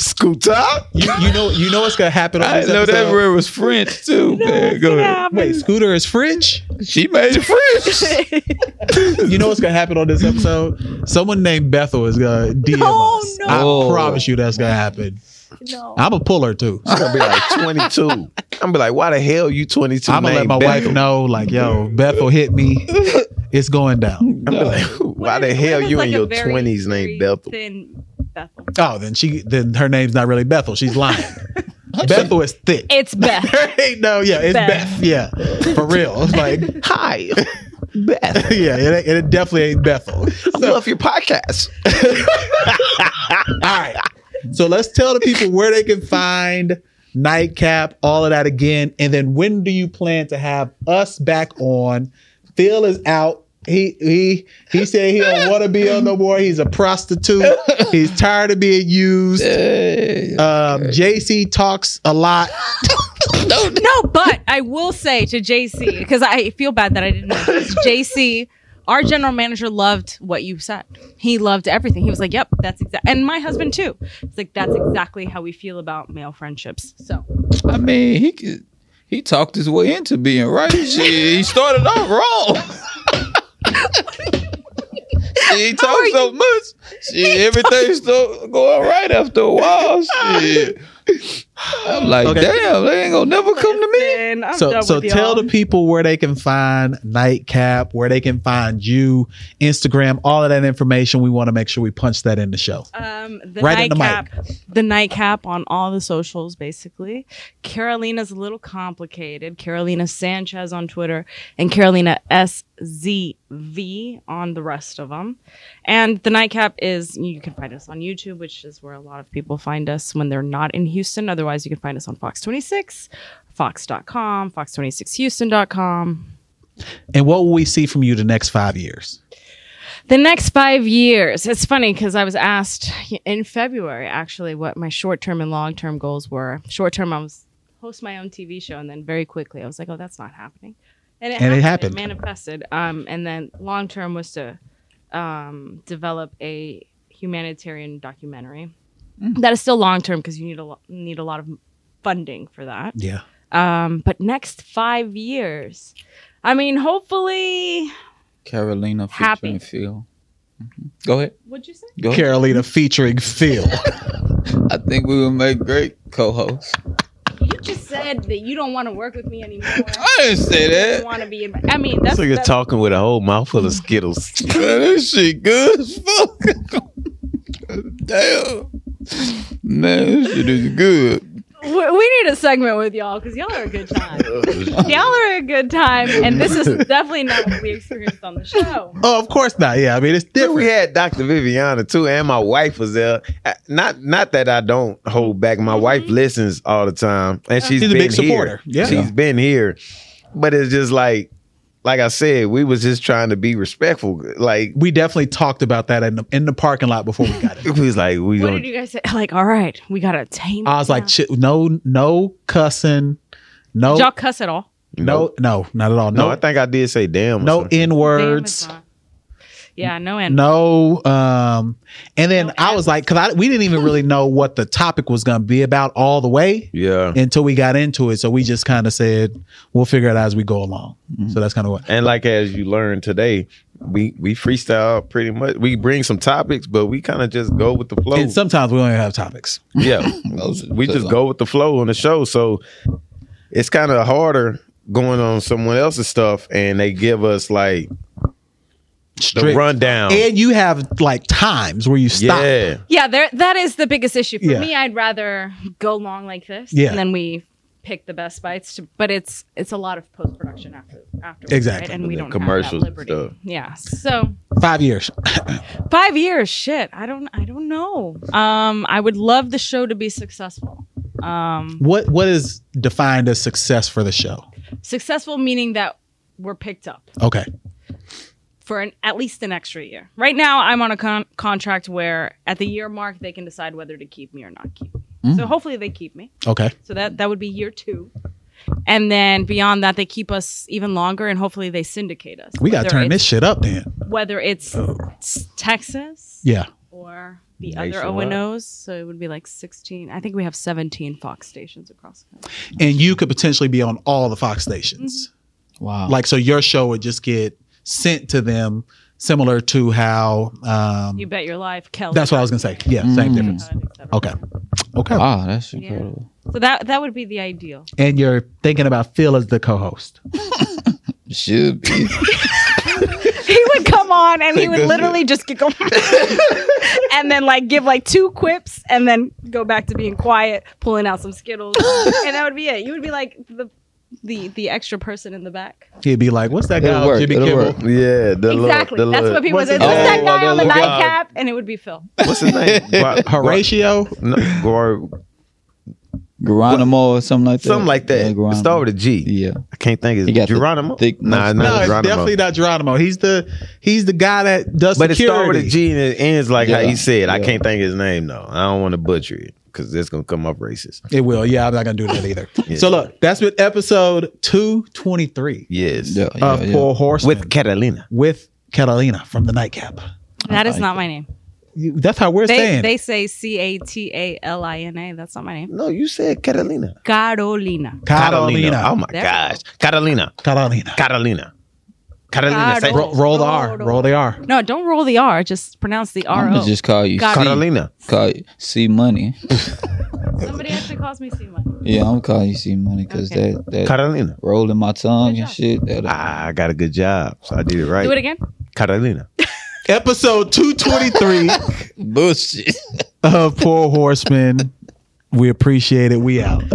Speaker 3: Scooter?
Speaker 1: You, you know you know what's gonna happen on
Speaker 2: I
Speaker 1: this
Speaker 2: didn't know that
Speaker 1: episode?
Speaker 2: word was French too. man. Go ahead.
Speaker 1: Wait, Scooter is French.
Speaker 2: She made it French.
Speaker 1: You know what's gonna happen on this episode? Someone named Bethel is gonna DM
Speaker 4: No,
Speaker 1: us.
Speaker 4: no.
Speaker 1: I
Speaker 2: Oh.
Speaker 1: promise you that's gonna happen.
Speaker 4: No.
Speaker 1: I'm a puller too.
Speaker 3: I'm gonna be like 22. I'm gonna be like, why the hell you 22?
Speaker 1: I'm gonna let
Speaker 3: named
Speaker 1: my
Speaker 3: Bethel?
Speaker 1: wife know, like, yo, Bethel hit me. It's going down.
Speaker 3: I'm like, why the
Speaker 4: What is-
Speaker 3: hell
Speaker 4: what is
Speaker 3: you
Speaker 4: like
Speaker 3: in
Speaker 4: a
Speaker 3: your
Speaker 4: very,
Speaker 3: 20s
Speaker 4: very
Speaker 3: named Bethel?
Speaker 4: Thin Bethel.
Speaker 1: Oh, then she then her name's not really Bethel. She's lying. Bethel is thick.
Speaker 4: It's Beth.
Speaker 1: Ain't no, yeah, it's
Speaker 4: Beth.
Speaker 1: Beth. Yeah, for real. It's like,
Speaker 3: Hi, Beth.
Speaker 1: yeah, it, ain't- it definitely ain't Bethel.
Speaker 3: I love your podcast.
Speaker 1: All right. So let's tell the people where they can find Nightcap, all of that again. And then when do you plan to have us back on? Phil is out. He he he said he don't want to be on no more. He's a prostitute. He's tired of being used.
Speaker 2: Hey.
Speaker 1: Um, JC talks a lot.
Speaker 4: No, but I will say to JC, because I feel bad that I didn't know this. JC, our general manager loved what you said. He loved everything. He was like, yep, that's exactly. And my husband too. It's like, that's exactly how we feel about male friendships. So
Speaker 2: I mean, he could, he talked his way into being right. Shit, he started off wrong. Shit, he talked so much. Shit, everything's still going right after a while. Shit. I'm like,
Speaker 1: Okay.
Speaker 2: damn, they ain't gonna never come to me.
Speaker 4: and I'm
Speaker 1: So
Speaker 4: done
Speaker 1: so
Speaker 4: with
Speaker 1: tell
Speaker 4: y'all.
Speaker 1: the people where they can find Nightcap, where they can find you, Instagram, all of that information. We want to make sure we punch that in the show.
Speaker 4: um, the
Speaker 1: Right in the
Speaker 4: nightcap, the, nightcap on all the socials, basically. Carolina's a little complicated. Carolina Sanchez on Twitter and Carolina SZV on the rest of them. And the nightcap is you can find us on YouTube, which is where a lot of people find us when they're not in Houston. Otherwise, you can find us on Fox 26, Fox.com, Fox26Houston.com.
Speaker 1: And what will we see from you the next five years?
Speaker 4: The next five years. It's funny because I was asked in February actually what my short term and long term goals were. Short term, I was host my own TV show, and then very quickly I was like, "Oh, that's not happening," and it
Speaker 1: And it happened.
Speaker 4: It manifested. Um, and then long term was to um, develop a humanitarian documentary.
Speaker 1: Mm.
Speaker 4: That is still long term because you need a lo- need a lot of funding for that.
Speaker 1: Yeah.
Speaker 4: Um, but next five years, I mean, hopefully,
Speaker 2: Carolina
Speaker 4: Happy.
Speaker 2: featuring Phil.
Speaker 1: Mm-hmm.
Speaker 2: Mhm. Go ahead.
Speaker 4: what'd you say?
Speaker 2: Go ahead.
Speaker 1: Carolina featuring Phil.
Speaker 2: I think we will make great co-hosts.
Speaker 4: You just said that you don't want to work with me anymore.
Speaker 2: I didn't say
Speaker 4: You
Speaker 2: that.
Speaker 4: want to be in. I mean, that's,
Speaker 3: so you're
Speaker 4: that's
Speaker 3: talking with a whole mouthful of Skittles.
Speaker 2: Man, this shit good as fuck. Damn. Man, this shit is good.
Speaker 4: we, we need a segment with y'all because y'all are a good time. y'all are a good time, and this is definitely not what we experienced on the show.
Speaker 1: oh, of course not. Yeah. I mean, it's
Speaker 3: Then
Speaker 1: different.
Speaker 3: we had Dr. Viviana too, and my wife was there. Uh, Not not that I don't hold back. My wife
Speaker 4: Mm-hmm.
Speaker 3: listens all the time, and she's
Speaker 1: She's a
Speaker 3: been
Speaker 1: big
Speaker 3: here.
Speaker 1: supporter. Yeah.
Speaker 3: she's been here, but it's just like like I said, we was just trying to be respectful. Like
Speaker 1: We definitely talked about that in the, in the parking lot before we got it.
Speaker 3: we was like, we
Speaker 4: What
Speaker 3: gonna
Speaker 4: did you guys say? Like, all right, we gotta tame.
Speaker 1: I was like, "Chi- no, no cussing, no,
Speaker 4: did y'all cuss at all?
Speaker 1: no, no, not at all.
Speaker 3: No,
Speaker 1: No,
Speaker 3: I think I did say damn. or
Speaker 1: no
Speaker 3: something.
Speaker 1: n words.
Speaker 4: Damn, it's not. Yeah, no end.
Speaker 1: No, um, and then
Speaker 4: No
Speaker 1: I was like, because we didn't even really know what the topic was going to be about all the way
Speaker 3: Yeah.
Speaker 1: until we got into it. So we just kind of said, we'll figure it out as we go along.
Speaker 3: Mm-hmm.
Speaker 1: So that's kind of what.
Speaker 3: And like as you learned today, we we freestyle pretty much. We bring some topics, but we kind of just go with the flow.
Speaker 1: And sometimes we don't even have topics.
Speaker 3: yeah,
Speaker 2: Those-
Speaker 3: we
Speaker 2: those
Speaker 3: just
Speaker 2: are-
Speaker 3: go with the flow on the show. So it's kind of harder going on someone else's stuff, and they give us like the
Speaker 1: Strict.
Speaker 2: Um,
Speaker 3: rundown.
Speaker 1: And you have like times where you stop.
Speaker 3: Yeah,
Speaker 4: Yeah, there. That is the biggest issue for
Speaker 1: Yeah.
Speaker 4: me. I'd rather go long like this,
Speaker 1: Yeah.
Speaker 4: and then we pick the best bites. To, but it's it's a lot of post production after afterwards,
Speaker 1: Exactly.
Speaker 4: right? and we
Speaker 3: The
Speaker 4: don't commercial
Speaker 3: commercials and
Speaker 4: have that liberty.
Speaker 3: stuff.
Speaker 4: Yeah, so
Speaker 1: Five years.
Speaker 4: five years. Shit, I don't I don't know. Um, I would love the show to be successful. Um,
Speaker 1: What what is defined as success for the show?
Speaker 4: successful meaning that we're picked up
Speaker 1: Okay.
Speaker 4: for an, at least an extra year. Right now, I'm on a con- contract where at the year mark they can decide whether to keep me or not keep me.
Speaker 1: Mm.
Speaker 4: So hopefully they keep me.
Speaker 1: Okay.
Speaker 4: So that that would be year two. And then beyond that, they keep us even longer, and hopefully they syndicate us.
Speaker 1: We got to
Speaker 4: Whether
Speaker 1: turn this
Speaker 4: it's-
Speaker 1: shit up then.
Speaker 4: Whether it's s- Texas
Speaker 1: Yeah.
Speaker 4: or the other
Speaker 3: Nationwide.
Speaker 4: O&Os, so it would be like 16. I think we have 17 Fox stations across the country.
Speaker 1: And you could potentially be on all the Fox stations.
Speaker 2: Wow.
Speaker 1: Like, so your show would just get sent to them, similar to how. Um,
Speaker 4: You bet your life, Kelly. Mm-hmm.
Speaker 1: that's what I was going to say. Yeah. Same
Speaker 2: Mm.
Speaker 1: difference. Okay. Okay.
Speaker 2: wow, that's
Speaker 4: Yeah.
Speaker 2: incredible.
Speaker 4: So that that would be the ideal.
Speaker 1: And you're thinking about Phil as the co host.
Speaker 2: Should be.
Speaker 4: he would come on and he
Speaker 2: Take
Speaker 4: would
Speaker 2: this
Speaker 4: literally just giggle and then like give like two quips and then go back to being quiet pulling out some skittles and that would be it you would be like the the the extra person in the back
Speaker 1: He'd be like, what's that
Speaker 2: It'll
Speaker 1: guy,
Speaker 2: work,
Speaker 1: Jimmy
Speaker 2: it'll
Speaker 1: Kimmel?
Speaker 2: work.
Speaker 3: yeah. The little-
Speaker 4: exactly
Speaker 3: the
Speaker 4: that's
Speaker 3: little-
Speaker 4: what people
Speaker 1: what's
Speaker 4: say
Speaker 1: his
Speaker 4: what's that
Speaker 2: name?
Speaker 4: guy
Speaker 2: Oh,
Speaker 4: on the
Speaker 2: that little
Speaker 4: nightcap and it would be phil
Speaker 3: What's his name? Gua-
Speaker 1: Horatio?
Speaker 3: No, Guar-
Speaker 2: Geronimo or something like that.
Speaker 3: something like
Speaker 2: Yeah,
Speaker 3: that.
Speaker 2: Geronimo.
Speaker 3: Start with a G.
Speaker 2: Yeah.
Speaker 3: I can't think. Is
Speaker 2: He got the
Speaker 3: Geronimo?
Speaker 2: thick
Speaker 3: nah,
Speaker 2: mustache.
Speaker 3: not
Speaker 1: No, it's
Speaker 3: Geronimo.
Speaker 1: definitely not Geronimo. He's the he's the guy that does
Speaker 3: But it
Speaker 1: security.
Speaker 3: started with a G and it ends like how
Speaker 2: Yeah.
Speaker 3: he said. I
Speaker 2: Yeah.
Speaker 3: can't think of his name though. I don't want to butcher it because it's gonna come up racist.
Speaker 1: It will. Yeah, I'm not gonna do that either.
Speaker 3: Yeah.
Speaker 1: So look, that's with episode two twenty three
Speaker 3: Yes.
Speaker 2: Yeah, yeah,
Speaker 1: of
Speaker 2: yeah.
Speaker 1: Poor Horse
Speaker 3: With Catalina.
Speaker 1: with Catalina from the Nightcap.
Speaker 4: that is
Speaker 2: like
Speaker 4: not my name
Speaker 1: You- That's how we're
Speaker 4: they
Speaker 1: saying.
Speaker 4: they say c-a-t-a-l-i-n-a that's not my name
Speaker 3: No, you said Catalina.
Speaker 4: carolina
Speaker 1: Catalina.
Speaker 3: Oh my
Speaker 4: There.
Speaker 3: gosh. Catalina.
Speaker 1: Catalina.
Speaker 3: Catalina. Catalina. Say,
Speaker 1: Ro- roll the R. Roll the R.
Speaker 4: no don't roll the r just pronounce the
Speaker 2: I'm
Speaker 4: r
Speaker 2: gonna just call you
Speaker 4: Got
Speaker 2: C.
Speaker 4: it.
Speaker 3: Catalina.
Speaker 2: Call you C Money.
Speaker 4: somebody actually calls me c
Speaker 2: Yeah, I'm calling you C Money because
Speaker 4: Okay.
Speaker 2: that that
Speaker 3: Catalina.
Speaker 2: rolling my tongue
Speaker 4: Good
Speaker 2: and
Speaker 4: job.
Speaker 2: shit. That, uh,
Speaker 3: Ah, I got a good job, so I did it right.
Speaker 4: do it again
Speaker 3: Catalina.
Speaker 1: Episode two twenty three
Speaker 2: bullshit.
Speaker 1: of Poor Horseman. We appreciate it. We out.